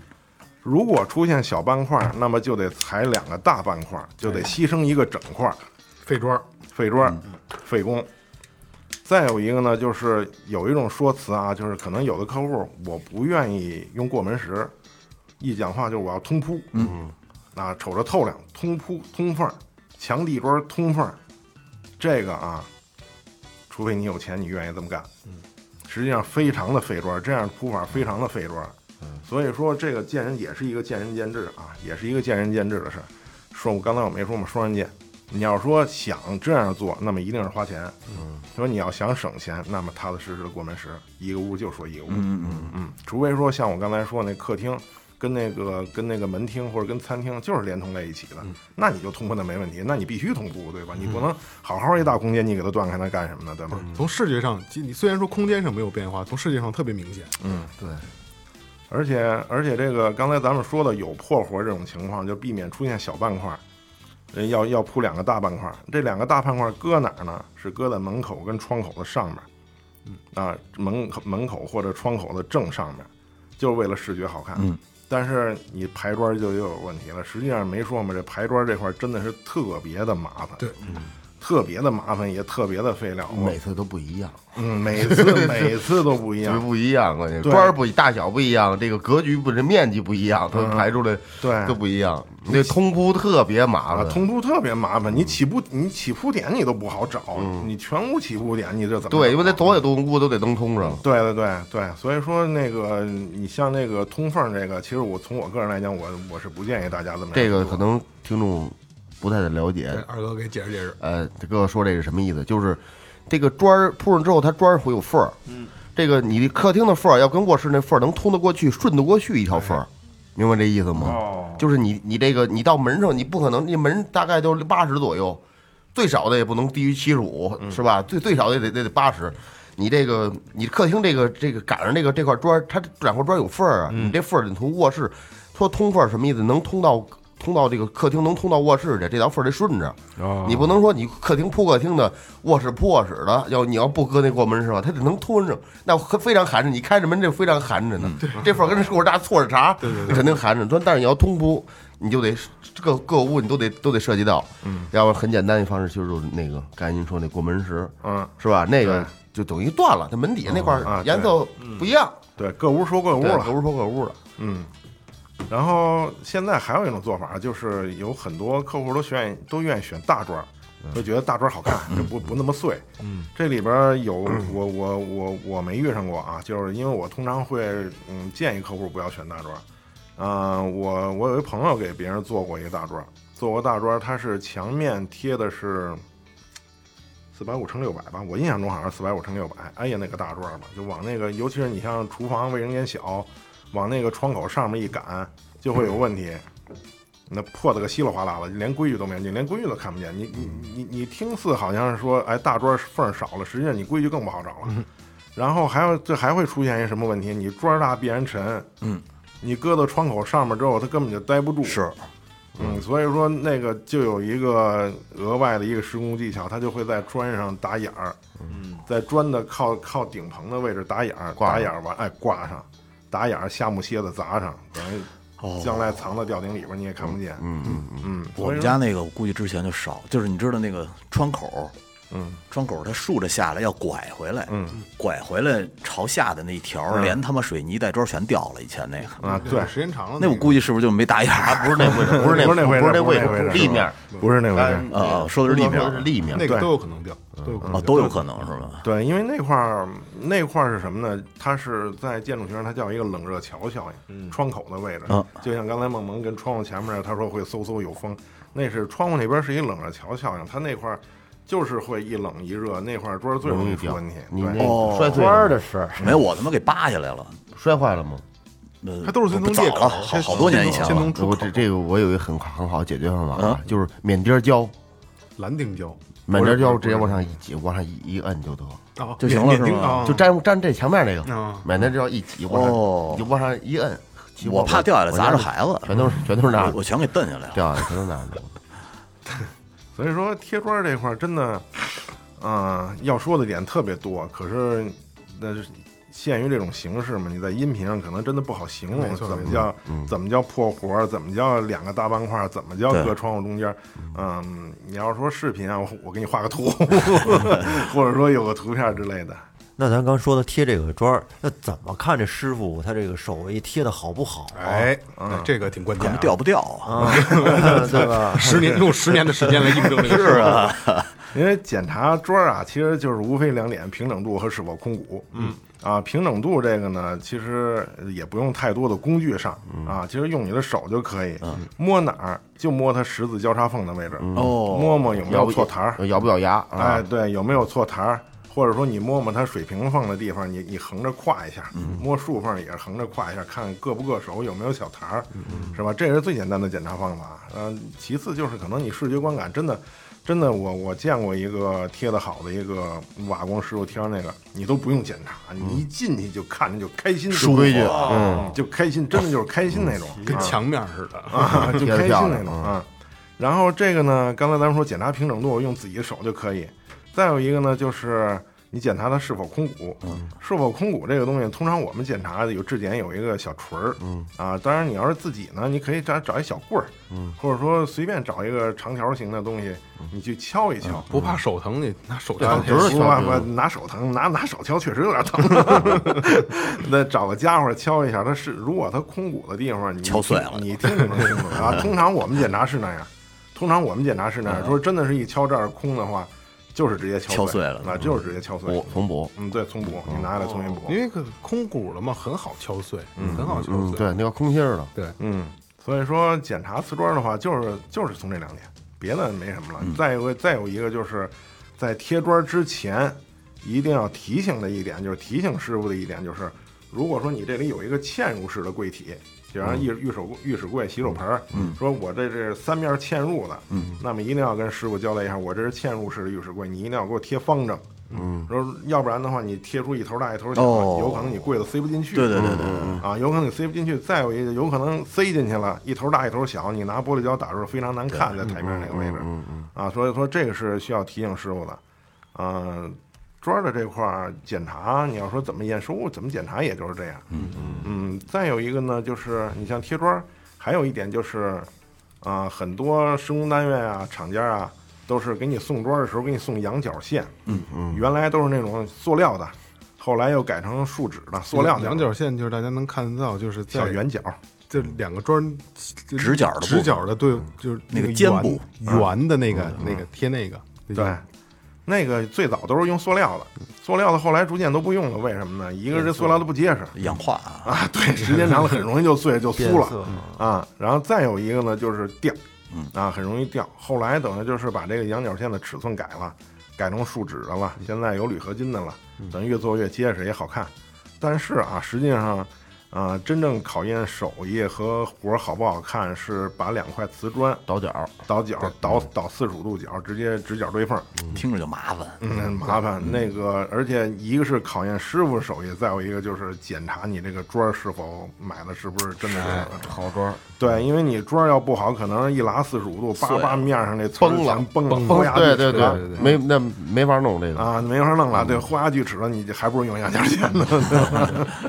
如果出现小斑块儿，那么就得裁两个大斑块儿，就得牺牲一个整块儿，
废砖儿，
废砖儿、废工。再有一个呢，就是有一种说辞啊，就是可能有的客户我不愿意用过门石，一讲话就是我要通铺，嗯，那瞅着透亮，通铺通缝儿，墙地砖儿通缝儿，这个啊，除非你有钱，你愿意这么干，嗯，实际上非常的费砖儿，这样铺法非常的费砖儿，所以说这个见仁也是一个见仁见智啊，也是一个见仁见智的事儿。说我刚才我没说嘛，双刃剑。你要说想这样做，那么一定是花钱。嗯，说你要想省钱，那么踏踏实实的过门石，一个屋就说一个屋。嗯嗯嗯，除非说像我刚才说那客厅跟那个跟那个门厅或者跟餐厅就是连通在一起的，那你就通铺那没问题，那你必须通铺，对吧？你不能好好一大空间你给它断开，那干什么呢？对吧？
嗯
从视觉上，其实你虽然说空间上没有变化，从视觉上特别明显。
而且而且这个刚才咱们说的有破活这种情况，就避免出现小半块儿，呃要要铺两个大半块儿。这两个大半块儿搁哪儿呢？是搁在门口跟窗口的上面儿，啊门口门口或者窗口的正上面儿，就是为了视觉好看。但是你排砖就又有问题了，实际上没说嘛，这排砖这块儿真的是特别的麻烦，
对，
嗯
特别的麻烦，也特别的费料。
每次都不一样，
嗯，每次每次都不 一
就是
样，
不一样啊，这
对
砖儿不大小不一样，这个格局不是面积不一样，它排出来
嗯对
都不一样。那通铺特别麻
啊，
烦，
通铺特别麻烦，
嗯
你起步你起铺点你都不好找，你全屋起步点你这怎么找啊？
对，因为它所有东屋都得能通上。
对对对对，所以说那个你像那个通缝这个，其实我从我个人来讲，我我是不建议大家这么
这个
做
可能听众不太了解
嗯
哎，二哥给解释解释，
呃，哥哥说这是什么意思？就是这个砖儿铺上之后，它砖儿会有缝儿。嗯，这个你客厅的缝儿要跟卧室那缝儿能通得过去、顺得过去一条缝儿，明白这意思吗？
哦
就是你你这个你到门上，你不可能，你门大概都八十左右，最少的也不能低于七十五，是吧？最最少的也得得得八十。你这个你客厅这个这个赶上这个这块砖儿，它这两块砖儿有缝儿啊，你这缝儿得从卧室，说通缝儿什么意思？能通到通到这个客厅，能通到卧室去，这条缝儿得顺着。
啊
你不能说你客厅铺客厅的，卧室铺卧室的，要你要不搁那过门是吧？它得能通着，那很非常寒碜。你开着门这非常寒碜
嗯
呢，这缝儿跟这口大错着茬，肯定寒碜。但但是你要通铺，你就得各各屋你都得都得涉及到，
嗯
要不然很简单的方式就是那个刚才您说那过门石，
嗯，
是吧？那个
对
就等于断了，它门底下那块
嗯啊
儿
对
颜色不一样，
对，各屋说各屋
对
了
各，屋说各屋了，
嗯，然后现在还有一种做法，就是有很多客户都愿意都愿意选大砖儿，就觉得大砖儿好看，就不不那么碎。嗯，这里边儿有我我我我没遇上过啊，就是因为我通常会嗯建议客户不要选大砖儿。嗯、我我有一朋友给别人做过一个大砖儿，做过大砖儿，它是墙面贴的是四百五乘六百吧，我印象中好像是四百五乘六百。哎呀，那个大砖儿吧，就往那个，尤其是你像厨房、卫生间小，往那个窗口上面一赶，就会有问题。那破的个稀里哗啦的，连规矩都没有，你连规矩都看不见。你你你你听似好像是说，哎，大砖缝儿少了，实际上你规矩更不好找了。然后还有这还会出现一什么问题？你砖儿大必然沉，嗯，你搁到窗口上面之后，它根本就待不住。
是，
嗯，所以说那个就有一个额外的一个施工技巧，它就会在砖上打眼儿，在砖的靠靠顶棚的位置打眼儿，打眼儿完哎挂上，打眼儿下木楔子砸上，等
哦
于将来藏到吊顶里边儿你也看不见。哦嗯嗯嗯，
我们家那个我估计之前就少，就是你知道那个窗口，嗯，窗口它竖着下来要拐回来，嗯，拐回来朝下的那一条，连他妈水泥带砖全掉了，以前那个，
啊对，
时间长了，
那我估计是不是就没打眼儿？
啊不是那回事，不是那
不是那回事
不是那
不是那
回
嗯回
事
事，
立面儿，
不是那回事。
啊说的是立面儿
说的是立面儿
那，个都有可能掉，都有可
啊，
能
都
掉
有可能是吧？
对，因为那块儿那块儿是什么呢？它是在建筑学上它叫一个冷热桥效应，窗口的位置，
啊
就像刚才梦萌跟窗户前面他说会嗖嗖有风，那是窗户那边是一冷热桥效应，它那块儿就是会一冷一热，那块儿桌儿最容易出
掉
问题。
你
对
那个摔碎
砖儿
了吗
的事儿，
没有，我他妈给扒下来了，
摔坏了吗？
呃
它都是先
不
从裂
早
口
了，好好多年以前
先
了
从，出
我这这个我有一个很很好的解决方法，啊，就是免钉儿胶，
蓝靛胶
免钉儿胶直接往上一挤，往上一一摁就得，
啊
就哦行了是吧
就粘粘这墙面这个
啊，
免钉儿胶一挤往
哦
上，就往上一摁。其实
我怕掉下来
我
砸着
家
孩子
全都是全都是那
我
样
我全给蹬下来了。
掉下来，全都是那样的。
所以说贴砖这块儿真的，嗯、要说的点特别多，可是那是限于这种形式嘛，你在音频上可能真的不好形容，怎么叫、怎么叫破活儿，怎么叫两个大半块儿，怎么叫搁窗户中间儿，嗯，你要说视频啊，我我给你画个图，或者说有个图片之类的。
那咱刚说的贴这个砖儿，那怎么看这师傅他这个手艺贴的好不好啊？
哎，哎这个挺关键
看
啊
它，嗯掉不掉 啊？
啊，对 吧？
十年用十年的时间来印证这个事儿啊，
因为检查桌儿啊，其实就是无非两点：平整度和是否空鼓。嗯，啊，平整度这个呢，其实也不用太多的工具上啊，其实用你的手就可以，摸哪儿就摸它十字交叉缝的位置，
哦
摸摸有没有错台儿，
咬不咬牙？啊
哎，，对，有没有错台儿？或者说你摸摸它水平缝的地方，你你横着跨一下，
嗯
摸竖缝也是横着跨一下，看硌不硌手，有没有小台儿，
嗯
是吧？这是最简单的检查方法。嗯，其次就是可能你视觉观感真的，真的我我见过一个贴的好的一个瓦工师傅贴上那个，你都不用检查，你一进去就看着就开心，
输嗯规矩嗯
嗯，就开心，真的就是开心那种，
跟
啊
墙面似的啊，
啊，就开
贴得
心
漂
那
亮
种啊。然后这个呢，刚才咱们说检查平整度，用自己的手就可以。再有一个呢，就是你检查它是否空鼓。是否空鼓这个东西，通常我们检查有质检有一个小锤儿。嗯啊，当然你要是自己呢，你可以找找一小棍儿，嗯，或者说随便找一个长条形的东西，你去敲一敲。
不怕手疼，你拿手
对
搭
啊
不是不不拿手疼，拿 拿手敲确实有点疼。那找个家伙敲一下，它是如果它空鼓的地方，你
敲碎了
你听着能听出来啊。通常我们检查是那样，通常我们检查是那样。说真的是一敲这儿空的话，就是直接
敲
敲
碎了嗯
啊，就是直接敲碎
补。缝补，
嗯，对，从补，你拿下来重新补。
因为个空鼓了嘛，很好敲碎，很好敲
嗯，
碎，
对，那个空心儿的，
对，
嗯，所以说检查瓷砖的话，就是就是从这两点，别的没什么了。再有个再有一个就是，在贴砖之前，一定要提醒的一点就是提醒师傅的一点就是，如果说你这里有一个嵌入式的柜体，比方浴浴手浴室柜、洗手盆，嗯，说我这是三面嵌入的，嗯，那么一定要跟师傅交代一下，我这是嵌入式的浴室柜，你一定要给我贴方正，嗯，说要不然的话，你贴出一头大一头小，
哦
有可能你柜子塞不进去，
对对对对
对，啊，有可能你塞不进去，再有一个有可能塞进去了，一头大一头小，你拿玻璃胶打出来非常难看，在台面那个位置，
嗯
啊，所以说这个是需要提醒师傅的，嗯、砖儿的这块儿检查，你要说怎么验收，怎么检查，也就是这样。嗯嗯。再有一个呢，就是你像贴砖儿，还有一点就是，啊、很多施工单位啊、厂家啊，都是给你送砖儿的时候给你送羊角线。嗯嗯。原来都是那种塑料的，后来又改成树脂的，塑料的
两角线就是大家能看得到，就是在
小圆角。
这两个砖
直角的部分
直角的，对，就是
那个
圆
尖部
圆的那个那个贴那个，那
对
叫，
那个最早都是用塑料的，塑料的后来逐渐都不用了，为什么呢？一个是这塑料的不结实，
氧化啊，
啊，对，时间长了很容易就碎就
变
酥了
色
啊。然后再有一个呢，就是掉，啊，很容易掉。后来等于就是把这个羊角线的尺寸改了，改成树脂的了，现在有铝合金的了，等于越做越结实也好看。但是啊，实际上，啊，真正考验手艺和活儿好不好看，是把两块瓷砖
倒角，
倒角倒倒四十五度角，直接直角对缝儿，
听着就麻烦。
嗯，麻烦。那个，而且一个是考验师傅手艺，再有一个就是检查你这个砖儿是否买的是不是真的
哎
是好砖。对，因为你砖儿要不好，可能一拉四十五度，叭叭面上那瓷儿
崩了
全崩了，豁牙
对
锯
对
齿
对嗯
了，
没那没法弄这个。
啊，没法弄了。对，豁牙锯齿了，你还不如用牙角线 呢。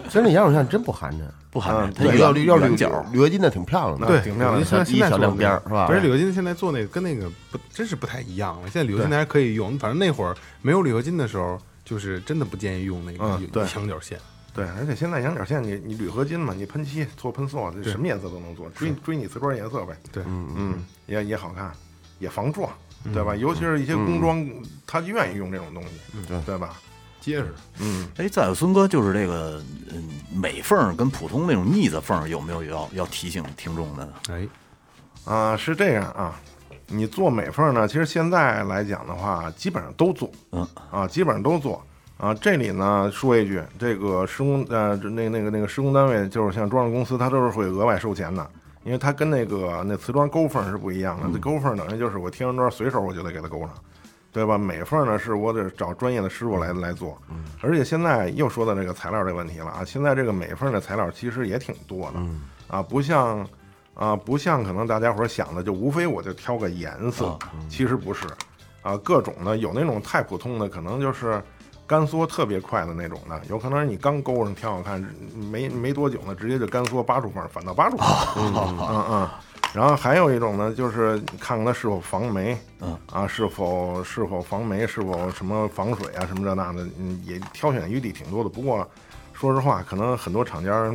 其实那羊角线真不含着，
不寒碜，嗯它
要
圆
要铝要
圆
铝
角，
铝合金的挺漂亮的，
对挺漂亮的
一小
现在
一小亮边儿是吧？
而且铝合金现在做那个跟那个不真是不太一样了。现在铝合金还可以用，反正那会儿没有铝合金的时候，就是真的不建议用那个
嗯对
羊角线。
对，而且现在羊角线你你铝合金嘛，你喷漆做喷塑，这什么颜色都能做，追追你瓷砖颜色呗。
对，
嗯，也也好看，也防撞，对吧？尤其是一些工装，他就愿意用这种东西，嗯对吧？
结实。
嗯。
哎，再有孙哥，就是这个嗯美缝儿跟普通那种腻子缝儿有没有要要提醒听众的呢？
哎，
啊，是这样啊，你做美缝呢，其实现在来讲的话，基本上都做，
嗯
啊，基本上都做啊。这里呢说一句，这个施工呃，这那那个那个施工单位，就是像装饰公司，它都是会额外收钱的，因为它跟那个那瓷砖勾缝是不一样的。这勾缝等于就是我贴完砖随手我就得给它勾上。对吧？美缝呢，是我得找专业的师傅来来做，而且现在又说到这个材料这个问题了啊！现在这个美缝的材料其实也挺多的，啊，不像啊，不像可能大家伙儿想的，就无非我就挑个颜色，其实不是，啊，各种的有那种太普通的，可能就是干缩特别快的那种的，有可能是你刚勾上挺好看，没没多久呢，直接就干缩八处缝，反到八处缝，嗯嗯。然后还有一种呢，就是看看它是否防霉，嗯啊，是否是否防霉，是否什么防水啊，什么这那的，嗯，也挑选余地挺多的。不过说实话，可能很多厂家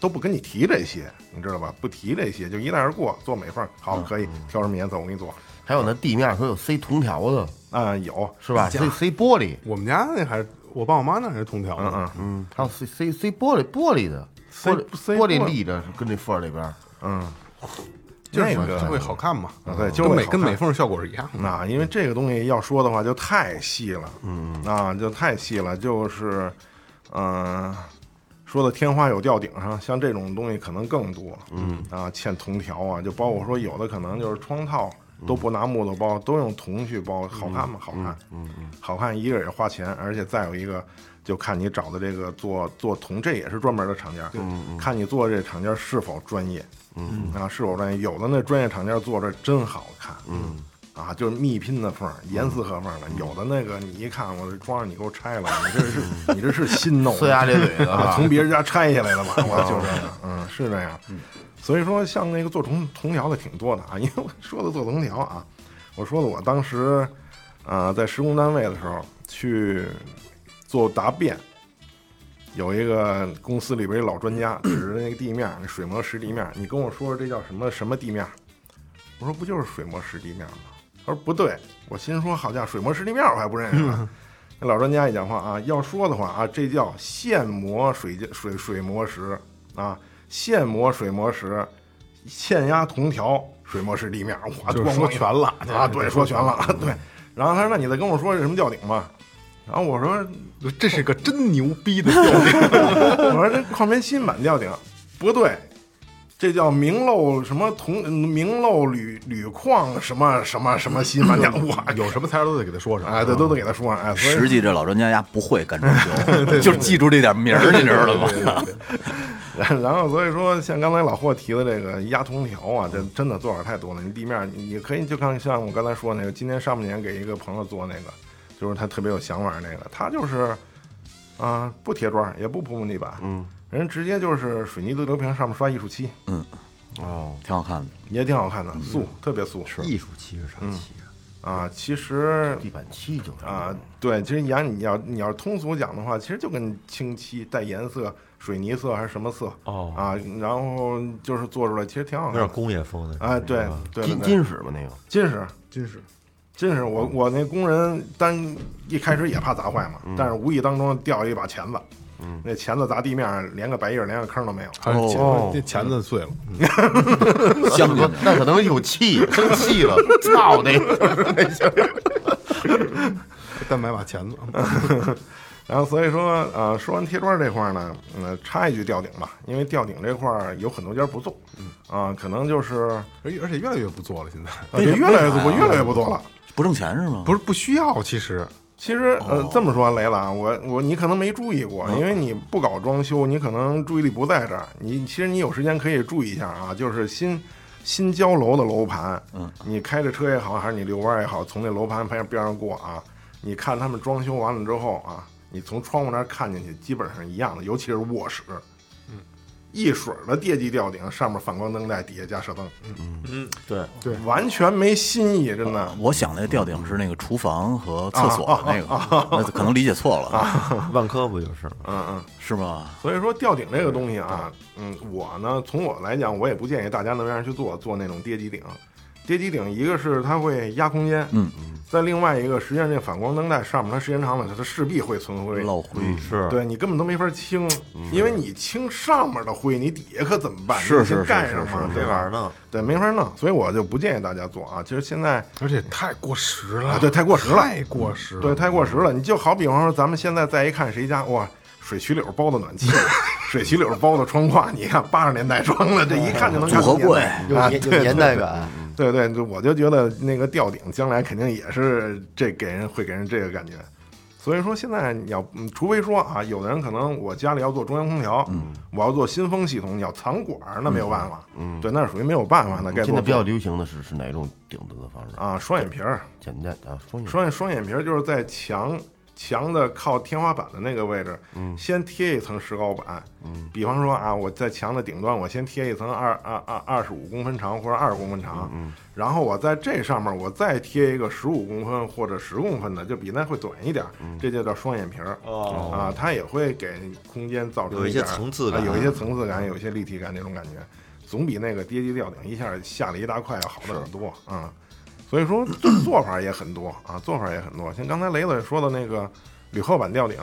都不跟你提这些，你知道吧？不提这些，就一带而过。做美缝儿
嗯
好可以，挑什么颜色我给你做。
还有那地面说有塞铜条的，
啊、有
是吧？塞塞玻璃，
我们家那还是我爸我妈那还是铜条呢。
嗯
嗯，还有塞塞塞玻璃玻璃的，
塞
玻璃
塞
玻
玻
璃
璃
立着跟这缝儿里边儿，
嗯，
就是
那个
就会好看嘛，
啊对就
跟
会
美
好
跟
看
美缝效果是一样的。
那因为这个东西要说的话就太细了，嗯啊，就太细了，就是，嗯、说的天花有吊顶上，像这种东西可能更多，嗯啊，嵌铜条啊，就包括说有的可能就是窗套都不拿木头包，都用铜去包，好看吗？好看，嗯嗯，好看一个也花钱，而且再有一个。就看你找的这个做做铜，这也是专门的厂家，看你做这厂家是否专业，嗯啊，是否专业？有的那专业厂家做这真好看，嗯啊，就是密拼的缝儿，严丝合缝儿的。有的那个你一看，我这装上你给我拆了，你这 是你这是新弄的，
呲牙咧嘴的
啊，
啊，
从别人家拆下来的吧？我就这样，嗯，是这样。所以说，像那个做铜铜条的挺多的啊，因为我说的做铜条啊，我说的我当时啊、呃在施工单位的时候去做答辩，有一个公司里边一老专家指着那个地面，那水磨石地面，你跟我说这叫什么什么地面？我说不就是水磨石地面吗？他说不对，我心说好家伙，水磨石地面我还不认识呢。 那老专家一讲话啊，要说的话啊，这叫现磨水晶水水磨石啊，现磨水磨石，现压铜条水磨石地面，我
就是说全了
啊，对，说全了，对。
嗯
然后他说：“那你再跟我说是什么吊顶吧？”然后我说：“
这 是个真牛逼的效果。
我说这矿泉新版吊顶不对，这叫明漏什么铜嗯明漏铝铝矿什么什么什么新玩家，哇，
有什么材料都得给他说上
哎，对，都得给他说上，哎，所以
实际这老专家家不会干装修，就记住这点名儿，你知道吗？
然后所以说，像刚才老霍提的这个压铜条啊，这真的做法太多了。你地面你你可以就看像我刚才说那个，今年上半年给一个朋友做那个，就是他特别有想法那个，他就是啊、不贴砖也不铺木地板，嗯，人直接就是水泥对流平上面刷艺术漆，
挺好看的。
也挺好看的，素特别素是
嗯艺术漆是啥漆啊？
啊，其实
地板漆就是
啊，对，其实你要你要你要是通俗讲的话，其实就跟清漆带颜色、水泥色还是什么色
哦
啊，然后就是做出来，其实挺好
有
看
点
的。
工业风的
啊，对对对
金
对
金使嘛那个，
金石，
金石
金石，
哦
我我那工人单一开始也怕砸坏嘛，
嗯
但是无意当中掉了一把钳子，那钳子砸地面儿连个白印儿连个坑都没有。
还是钳
哦
子这钳子碎了，
相信
那可能有气，生气 了，操的！
单买把钳子。
然后所以说，呃，说完贴砖这块儿呢，嗯、插一句吊顶吧，因为吊顶这块儿有很多家不做，
嗯
啊、可能就是
而且而且越来越不做了，现在
呃就越来越不越来越不做了。
不挣钱是吗？
不是不需要，其实
其实，呃，这么说，雷子啊，我我你可能没注意过，因为你不搞装修，你可能注意力不在这儿。你其实你有时间可以注意一下啊，就是新新交楼的楼盘，嗯，你开着车也好，还是你遛弯儿也好，从那楼盘边边上过啊，你看他们装修完了之后啊，你从窗户那儿看进去，基本上一样的，尤其是卧室，嗯，一水儿的电机吊顶，上面反光灯带，底下加射灯，嗯
对，
完全没新意，真的。
我想那吊顶是那个厨房和厕所的那个，那可能理解错了，
万科不就是吗？
是吗？
所以说吊顶这个东西啊，嗯，我呢从我来讲，我也不建议大家那样去做做那种跌机顶。跌机顶一个是它会压空间，嗯，再另外一个，实际上这反光灯带上面它时间长了，它它势必会存灰，
落灰
是
对你根本都没法清，因为你清上面的灰，你底下可怎么办？
是
你
是
得
是
盖
是
上嘛，
是
对吧？
弄。
对，没法弄，所以我就不建议大家做啊。其实现在
而且太过时了，
啊对太过时了
太过时了，
对，太过时了。你就好比方说，咱们现在再一看谁家哇，水渠柳包的暖气， 水渠柳包的窗框，你看八十年代装的，这一看就能 看
组合
出
柜
年代
有
啊
年有年代感，
对对，就我就觉得那个吊顶将来肯定也是这给人会给人这个感觉。所以说现在你要，嗯除非说啊，有的人可能我家里要做中央空调，我要做新风系统，你要藏管儿，那没有办法，嗯，对，那属于没有办法，那该
现在
做
比较流行的是是哪种顶子的方式？
啊，双眼皮儿，
简单啊，双眼
双眼双眼皮儿就是在墙墙的靠天花板的那个位置，嗯，先贴一层石膏板，嗯，比方说啊，我在墙的顶端，我先贴一层二二二二十五公分长或者二十公分长，嗯，然后我在这上面我再贴一个十五公分或者十公分的，就比那会短一点儿，这就叫双眼皮儿，
哦
啊，它也会给空间造成
有一些
点儿
层次
啊
感
有一些层次感，有一些立体感那种感觉，总比那个跌级吊顶一下下了一大块要好的很多啊。所以说做法也很多啊，做法也很多。像刚才雷子说的那个铝厚板吊顶，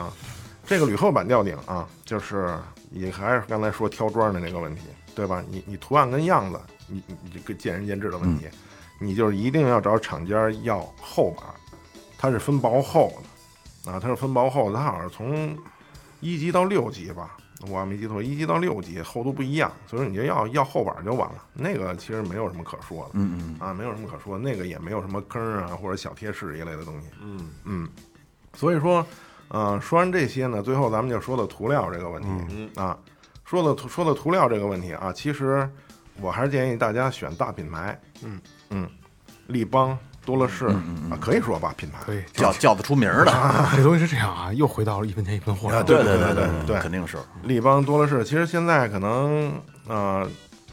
这个铝厚板吊顶啊，就是也还是刚才说挑砖的那个问题，对吧？你你图案跟样子，你你你这个见仁见智的问
嗯
题，你就是一定要找厂家要厚板，它是分薄厚的啊，它是分薄厚的，它好像从一级到六级吧，我没记错，一级到六级厚度不一样，所以说你就要要厚板就完了，那个其实没有什么可说的，嗯嗯啊，没有什么可说，那个也没有什么坑儿啊或者小贴士一类的东西，嗯嗯，所以说，呃，说完这些呢，最后咱们就说到涂料这个问题、啊，说到涂说到涂料这个问题啊，其实我还是建议大家选大品牌，嗯嗯，立邦、多乐士、啊，可以说吧，品牌
对，
叫叫得出名儿的，
这东西是这哎样啊，又回到了一分钱一分货上。
啊对
对
对对对
肯定是。
立邦多乐士，其实现在可能呃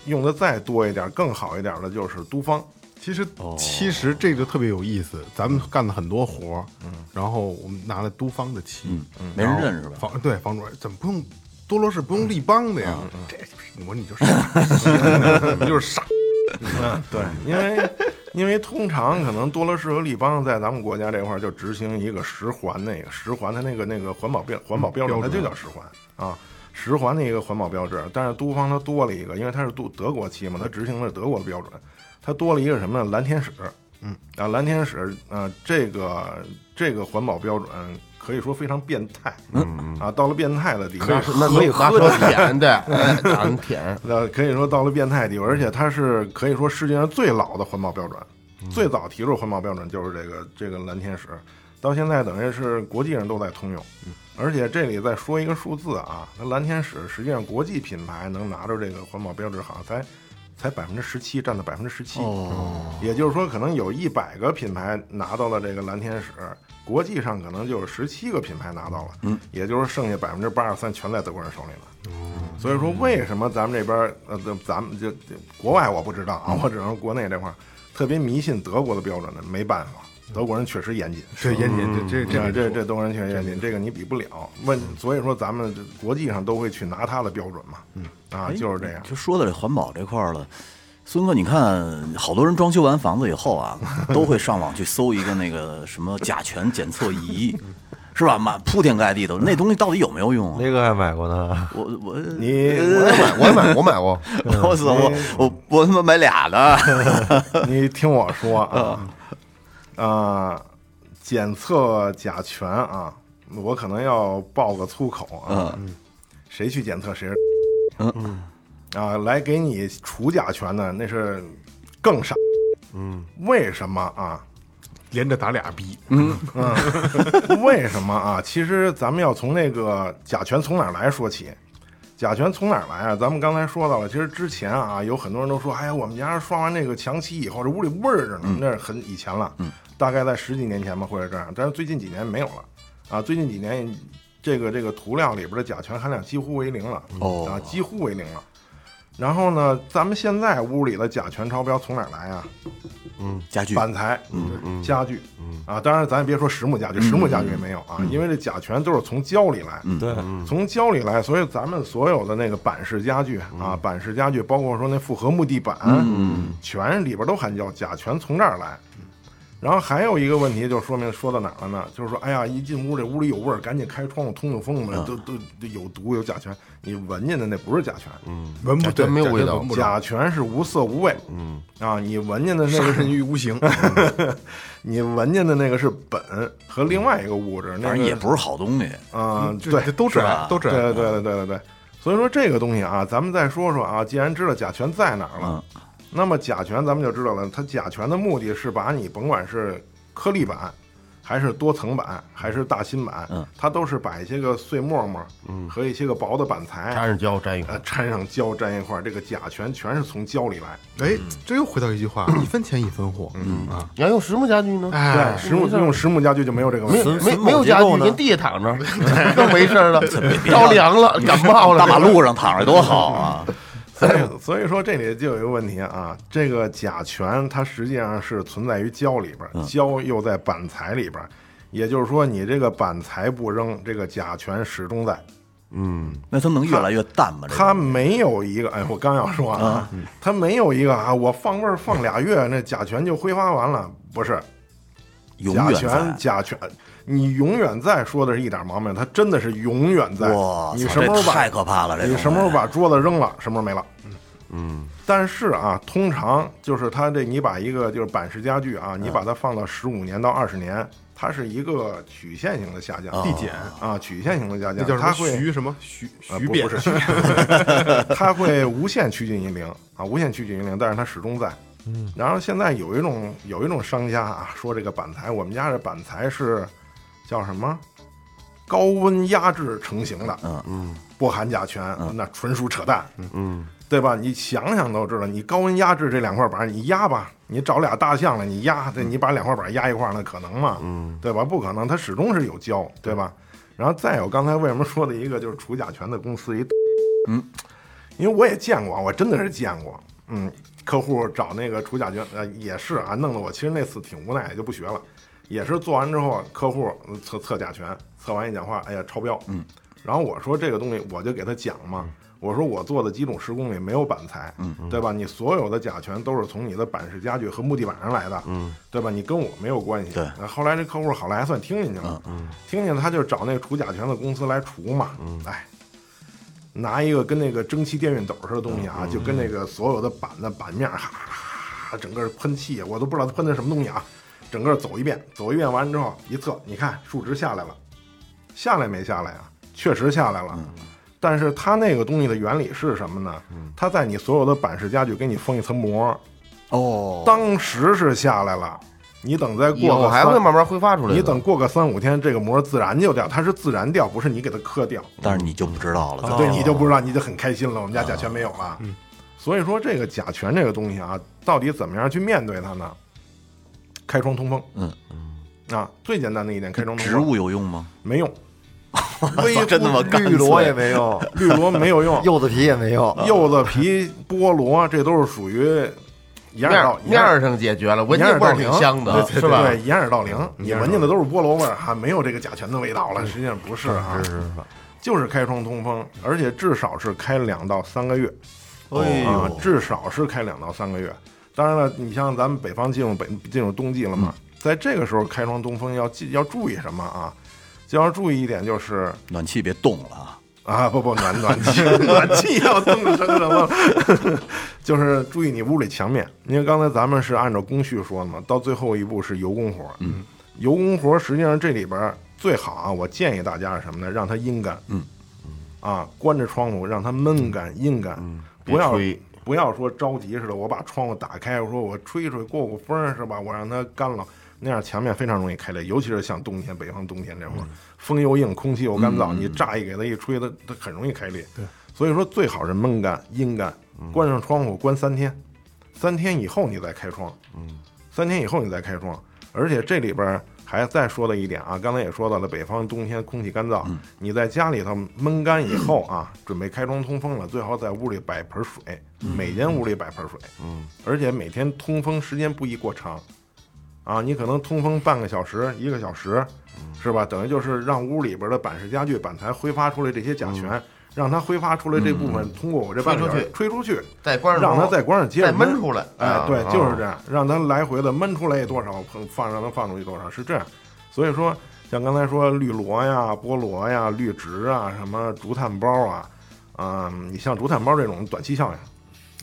用的再多一点、更好一点的就是都方。
其实
哦
其实这个特别有意思，咱们干了很多活儿，
嗯
然后我们拿了都方的漆，
没人认识吧？
房对房主任怎么不用多罗士不用立邦的呀？这我说你就是你 就是傻，
嗯对，因为因为通常可能多乐士和立邦在咱们国家这块儿就执行一个十环那个十环它那个那个环保标环保标准，它就叫十环啊。十环的一个环保标志，但是都方它多了一个，因为它是都德国漆嘛，它执行的是德国的标准，它多了一个什么呢？蓝天使，嗯啊，蓝天使，呃，这个这个环保标准可以说非常变态，嗯啊，到了变态的地步，
那可以喝着舔的，哎，打人舔，
那可以说到了变态地步，而且它是可以说世界上最老的环保标准，最早提出环保标准就是这个这个蓝天使，到现在等于是国际上都在通用。而且这里再说一个数字啊，那蓝天使实际上国际品牌能拿着这个环保标志，好像才才百分之十七，占到百分之十七。哦，也就是说，可能有一百个品牌拿到了这个蓝天使，国际上可能就有十七个品牌拿到了。嗯，也就是剩下百分之八十三全在德国人手里了。所以说，为什么咱们这边儿呃，咱咱们就就国外我不知道啊，我只能说国内这块儿特别迷信德国的标准呢，没办法，德国人确实严谨，
对，严谨，这这
嗯
这
这这这东人确实严谨，这个你嗯比不了。问，所以说咱们这国际上都会去拿他的标准嘛，嗯啊，就是这样。
就说到这环保这块儿了，孙哥，你看，好多人装修完房子以后啊，都会上网去搜一个那个什么甲醛检测仪，是吧？满铺天盖地的，那东西到底有没有用啊？
雷哥还买过呢，
我我
你
我也买，我也买，我买过，
我操我我我他妈买俩 呢！
你听我说啊，啊，检测甲醛啊，我可能要爆个粗口啊，谁去检测谁是，嗯啊，来给你除甲醛的那是更傻，嗯，为什么啊？
连着打俩逼，
为什么啊？其实咱们要从那个甲醛从哪儿来说起。甲醛从哪儿来啊？咱们刚才说到了，其实之前啊，有很多人都说，哎呀，我们家刷完这个墙漆以后，这屋里味儿着呢，那是很以前了，大概在十几年前吧，会是这样。但是最近几年没有了，啊，最近几年这个这个涂料里边的甲醛含量几乎为零了，
哦
啊，几乎为零了。然后呢，咱们现在屋里的甲醛超标从哪儿来啊？
家具
板材，嗯，家具，嗯啊，当然咱也别说实木家具，实木家具也没有啊，因为这甲醛都是从胶里来，
对，
从胶里来，所以咱们所有的那个板式家具啊，板式家具包括说那复合木地板，嗯全里边都含胶，甲醛从这儿来。然后还有一个问题，就说明说到哪儿了呢？就是说，哎呀，一进屋这屋里有味儿，赶紧开窗户通通风吧，都都都有毒有甲醛，你闻见的那不是甲醛，
闻不
这真没有
对
味道
闻不着
甲醛是无色无味，嗯啊，你闻见的那
杀
个是
人于无形，
你闻见的那个是苯和另外一个物质，那
反
个
正也不嗯是好 东西。
啊、
这
对
这都这
吧
样，都这哎
对嗯
样，
对对
嗯
对对对。所以说这个东西啊，咱们再说说啊，既然知道甲醛在哪儿了，
嗯
那么甲醛咱们就知道了，它甲醛的目的是把你甭管是颗粒板，还是多层板，还是大芯板，
嗯
它都是把一些个碎沫沫，嗯，和一些个薄的板材，
沾上胶沾一块
呃，掺上胶粘一块儿，这个甲醛全是从胶里来。
哎，这又回到一句话，一分钱一分货，嗯啊，
你要用实木家具呢？
对，
哎，
实木用实木家具就没有这个问
没有
题。
没
榫
没有
结
家
构
具，
呢
跟地下躺 着更没事儿了，着凉了，感冒了，
大马路上躺着多好 啊！
所以所以说这里就有一个问题啊，这个甲醛它实际上是存在于胶里边儿，
嗯
胶又在板材里边儿，也就是说你这个板材不扔，这个甲醛始终在。
那它能越来越淡吗？这
它
个
没有一个，哎，我刚要说啊，它没有一个啊，我放味儿放俩月，那甲醛就挥发完了，不是？
永
甲
远
醛，
在。
甲醛，你永远在说的是一点毛病，它真的是永远在。
哇，
你
操
什么时候
这
把
太可怕了！这
你
东
什么时候
西
把桌子扔了，什么时候没了。嗯，但是啊，通常就是它这，你把一个就是板式家具啊，你把它放到十五年到二十年，它是一个曲线型的下降，
递减，
啊，曲线型的下
那
降，
叫什
它
么
会
徐什么徐
呃
徐
不
变
不是 徐，它会无限趋近于零啊，无限趋近于零，但是它始终在。嗯，然后现在有一种有一种商家啊，说这个板材，我们家这板材是叫什么？高温压制成型的，嗯嗯，不含甲醛，那纯属扯淡，嗯，对吧？你想想都知道，你高温压制这两块板儿，你压吧，你找俩大象来，你压，对，你把两块板儿压一块儿，那可能吗？嗯，对吧？不可能，它始终是有胶，对吧？然后再有刚才为什么说的一个就是除甲醛的公司一因为我也见过，我真的是见过，嗯，客户找那个除甲醛，呃，也是啊，弄得我其实那次挺无奈，就不学了，也是做完之后，客户呃测测甲醛，测完一讲话，哎呀，超标，嗯，然后我说这个东西，我就给他讲嘛，我说我做的几种施工里没有板材，嗯，对吧？你所有的甲醛都是从你的板式家具和木地板上来的，嗯，对吧？你跟我没有关系，
对
呃后来这客户好赖还算听进去了，嗯，听进去他就找那除甲醛的公司来除嘛，嗯，哎，拿一个跟那个蒸汽电熨斗似的东西啊，就跟那个所有的板的板面，哈，整个喷气，我都不知道它喷的什么东西啊，整个走一遍，走一遍完之后一测，你看数值下来了，下来没下来啊？确实下来了。
嗯
但是它那个东西的原理是什么呢？
嗯
它在你所有的板式家具给你封一层膜，
哦，
当时是下来了，你等再
以
过
后
个
还会
三
慢慢挥发出来的。
你等过个三五天，这个膜自然就掉，它是自然掉，不是你给它磕掉。
但是你就不知道
哦
了，
对你就不知道，你就很开心了。我们家甲醛没有了，
嗯
所以说这个甲醛这个东西啊，到底怎么样去面对它呢？开窗通风，嗯嗯，啊，最简单的一点，开窗通
植
风
物有用吗？
没用，微
真他妈
不
干脆
绿萝也没用，
哦
绿萝没 有用，
柚子皮也没用，
柚子皮、菠萝这都是属于
面
掩耳
儿
盗
面儿上解决了，闻
掩
着
耳
味
盗
儿挺
铃
香的，
对
是吧？嗯
对，掩耳盗铃，你闻见的都是菠萝味儿，还没有这个甲醛的味道了。实际上不是啊，是是是，就是开窗通风，而且至少是开两到三个月。
哎
啊
呦，
至少是开两到三个月。当然了，你像咱们北方进入北进入冬季了嘛，
嗯
在这个时候开窗通风要记要注意什么啊？就要注意一点就是
暖气别冻了啊！
啊，不不，暖暖气 暖气要冻成什么？ 就是注意你屋里墙面，因为刚才咱们是按照工序说的嘛，到最后一步是油工活。嗯，油工活实际上这里边儿最好啊，我建议大家是什么呢？让它阴干。嗯，啊，关着窗户让它闷干、阴干，不要
别吹
不要说着急似的，我把窗户打开，我说我吹吹过过风儿是吧？我让它干了。那样墙面非常容易开裂，尤其是像冬天，北方冬天这会儿，风又硬，空气又干燥，你乍一给它一吹，它它很容易开裂。对，所以说最好是闷干、阴干，关上窗户关三天，三天以后你再开窗。嗯，三天以后你再开窗，而且这里边儿还再说了一点啊，刚才也说到了，北方冬天空气干燥，你在家里头闷干以后啊，准备开窗通风了，最好在屋里摆盆水，每间屋里摆盆水，嗯，而且每天通风时间不宜过长，啊，你可能通风半个小时、一个小时，是吧？等于就是让屋里边的板式家具、板材挥发出来这些甲醛，让它挥发出来这部分，通过我这半
吹
小
出
时
去
嗯吹出去，
再关上
让它
窗
再关上接着
再闷出来
哎
啊，
对
啊，
就是这样，让它来回的闷出来有多少，碰放让它放出去多少，是这样。所以说，像刚才说绿萝呀、菠萝呀、绿植啊、什么竹炭包啊，嗯，你像竹炭包这种短期效应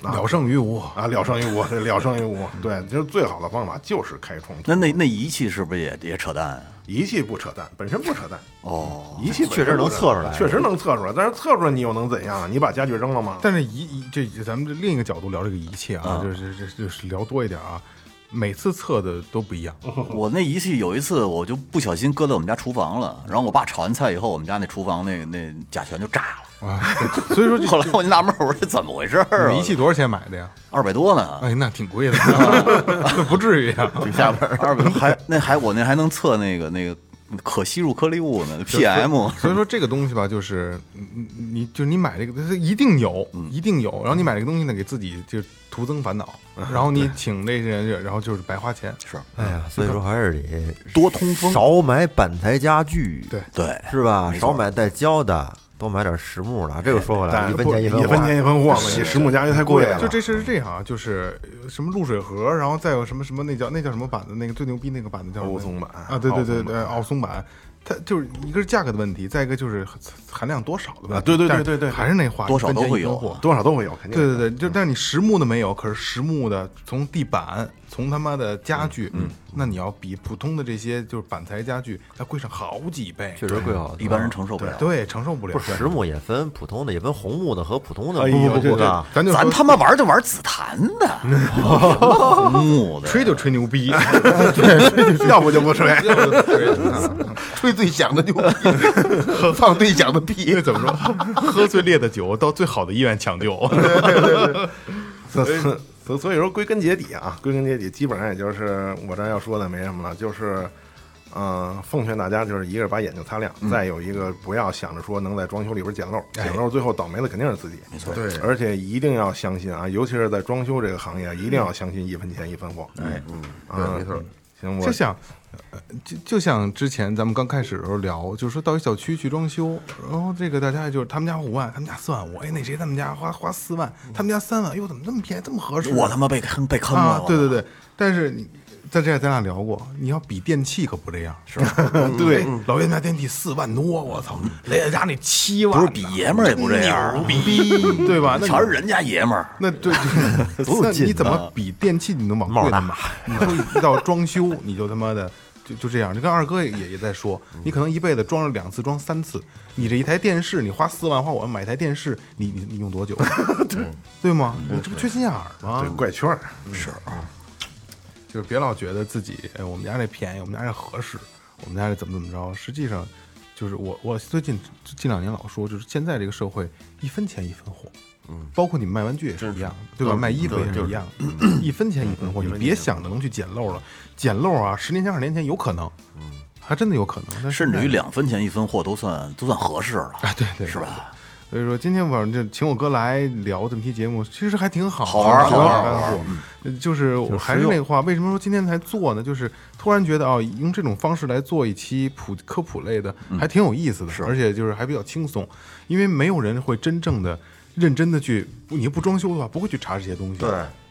啊
了胜于无。
啊，了胜于无， 对了胜于无，对，就是最好的方法就是开窗通
那那那仪器是不是也也扯淡啊？
仪器不扯淡，本身不扯淡，
哦，
仪器本身
确实能
不扯淡
测出来
确实能测出来。但是测出来你又能怎样啊？你把家具扔了吗？
但是仪仪这咱们这另一个角度聊这个仪器啊，就是这就是聊多一点啊。每次测的都不一样，
我那仪器有一次我就不小心搁在我们家厨房了，然后我爸炒完菜以后，我们家那厨房那那甲醛就炸 了。
啊所以说这
后来我就纳闷儿，我说这怎么回事
你
儿
们
啊？
仪器多少钱买的呀？
二百多
啊
呢，
哎，那挺贵 的，那不至于啊。
挺下边 儿。
二百多还那还我那还能测那个那个可吸入颗粒物 呢，PM。
所以说这个东西吧，就是你你你就是你买这个，它一定有，
嗯
一定有。然后你买这个东西呢，给自己就徒增烦恼，
嗯
然后你请那些人，然后就是白花钱。
是
哎呀，所以说还是得
多通风，
少买板材家具，
对
对，
是吧？少买带胶的，多买点实木的。这个说回来，啊
但
一分钱一分
一分钱
货。
一分货嘛，你实木家具太贵了。
就这事是这样啊，就是呃什么露水盒，然后再有什么什么那叫那叫什么板子，那个最牛逼那个板子叫什么
欧松板
啊，对对对对，奥
奥
松板，它就是一个是价格的问题，再一个就是含含量多少的问题。
啊对对对
但是
对对对
还是那话，
多少都会有
一分钱一分货
多少都会有，啊肯定。
对对对，就但是你实木的没有，可是实木的从地板，从他妈的家具，嗯，那你要比普通的这些就是板材家具，它贵上好几倍，
确实贵好多，
一般人承受不
对
了。
对，承受不了。
不是实木也分普通的，也分红木的和普通的。
哎
不
呦
不不
这
不
这
啊，
咱就
咱
说
他妈玩就玩紫檀的， 红木的，
吹就吹牛逼，
对，要不就不吹。
吹最响的牛逼，放最响的屁
因为。怎么说， 喝最烈的酒到最好的医院抢救。
所所所以说，归根结底啊，归根结底，基本上也就是我这要说的没什么了，就是，嗯、奉劝大家，就是一个是把眼睛擦亮，
嗯
再有一个不要想着说能在装修里边捡漏，
哎
捡漏最后倒霉的肯定是自己，没错，对，而且一定要相信啊，尤其是在装修这个行业，一定
嗯
要相信一分钱一分货，哎，嗯，啊，没错，行，我
就像，呃就就像之前咱们刚开始的时候聊，就是说到一小区去装修，然后这个大家就是他们家五万，他们家四万五，哎，那谁他们家花花四万，他们家三万，哎呦，怎么这么便宜，这么合适？
我他妈被坑被坑
啊
了！，
对对对，但是你在这咱俩聊过，你要比电器可不这样，是 对，老袁家电器四万多，我操，雷姐家那七万
嗯不
呢，
是比爷们儿也不这样啊
牛 逼，对吧？那
全是
你。
人家爷们儿。
那对，对
多有
那
劲
你怎么
啊
比电器你能往
帽
贵
儿
了
大
买？你就一到装修，你就他妈的就就这样。就跟二哥也也在说，你可能一辈子装了两次，装三次。你这一台电视，你花四万花五万买一台电视，你你你用多久？对对吗？你这不缺心眼儿吗？
对，怪圈儿。
就是别老觉得自己，哎，我们家这便宜，我们家这合适，我们家这怎么怎么着。实际上，就是我我最近近两年老说，就是现在这个社会一分钱一分货，嗯，包括你们卖玩具也是一样，对吧？卖衣服也是一样， 一分钱一分货，你别想着能去捡漏了，捡漏啊，十年前、二十年前有可能，嗯，还真的有可能，但是
甚至于
现在
两分钱一分货都算都算合适了，
啊，对对
是？吧？
所以说今天晚上就请我哥来聊这么期节目，其实还挺好，
好玩儿
挺
好玩儿
干
好玩
货。呃就是我还是那个话，为什么说今天才做呢？就是突然觉得哦，用这种方式来做一期普科普类的，还挺有意思的，而且就是还比较轻松，因为没有人会真正的、认真的去，你不装修的话，不会去查这些东西。
对。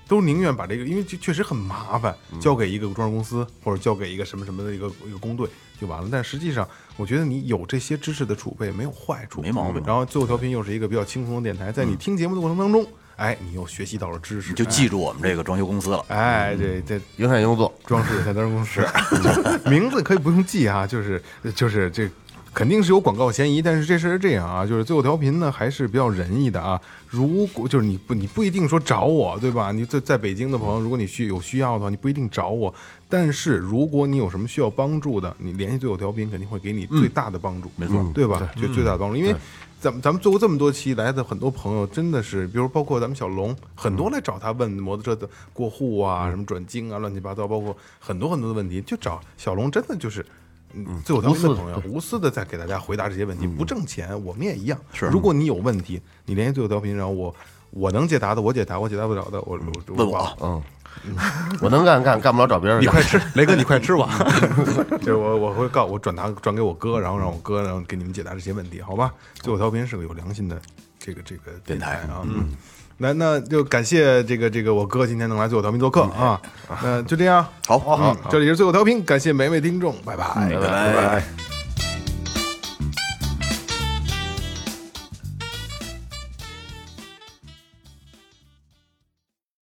都宁愿把这个，因为这确实很麻烦，
嗯
交给一个装饰公司或者交给一个什么什么的一个一个工队就完了。但实际上，我觉得你有这些知识的储备没有坏处，
没毛病
然后最后调频又是一个比较轻松的电台，在你听节目的过程当中，哎，你又学习到了知识，
嗯你就记住我们这个装修公司了。
哎，哎，这这
影响工作，
装饰有限责任公司， 名字可以不用记啊，就是就是这。肯定是有广告嫌疑，但是这事儿是这样啊，就是最后调频呢还是比较仁义的啊。如果就是你不你不一定说找我，对吧？你在在北京的朋
嗯
友，如果你需有需要的话，你不一定找我。但是如果你有什么需要帮助的，你联系最后调频，肯定会给你最大的帮助，
嗯没错嗯
对吧？就最大的帮助，因为咱们咱们做过这么多期，来的很多朋友真的是，比如包括咱们小龙，很多来找他问摩托车的过户啊、什么转经啊、乱七八糟，包括很多很多的问题，就找小龙，真的就是。嗯，最有条件的朋友，无私的在给大家回答这些问题，不挣钱，我们也一样。是，如果你有问题，你联系最有调频，然后我我能解答的我解答，我解答不了的我我
问我
我
嗯，我能干干，干不了找别人
你
干。
快吃，雷哥，你快吃吧。就是我我会告我转达转给我哥，然后让我哥然后给你们解答这些问题，好吧？最后调频是个有良心的这个这个电台啊，嗯。那那就感谢这个这个我哥今天能来最后调频做客啊，那就这样，
好好
嗯
哎
嗯，这里是最后调频，感谢每位听众，拜拜。
拜拜。
拜。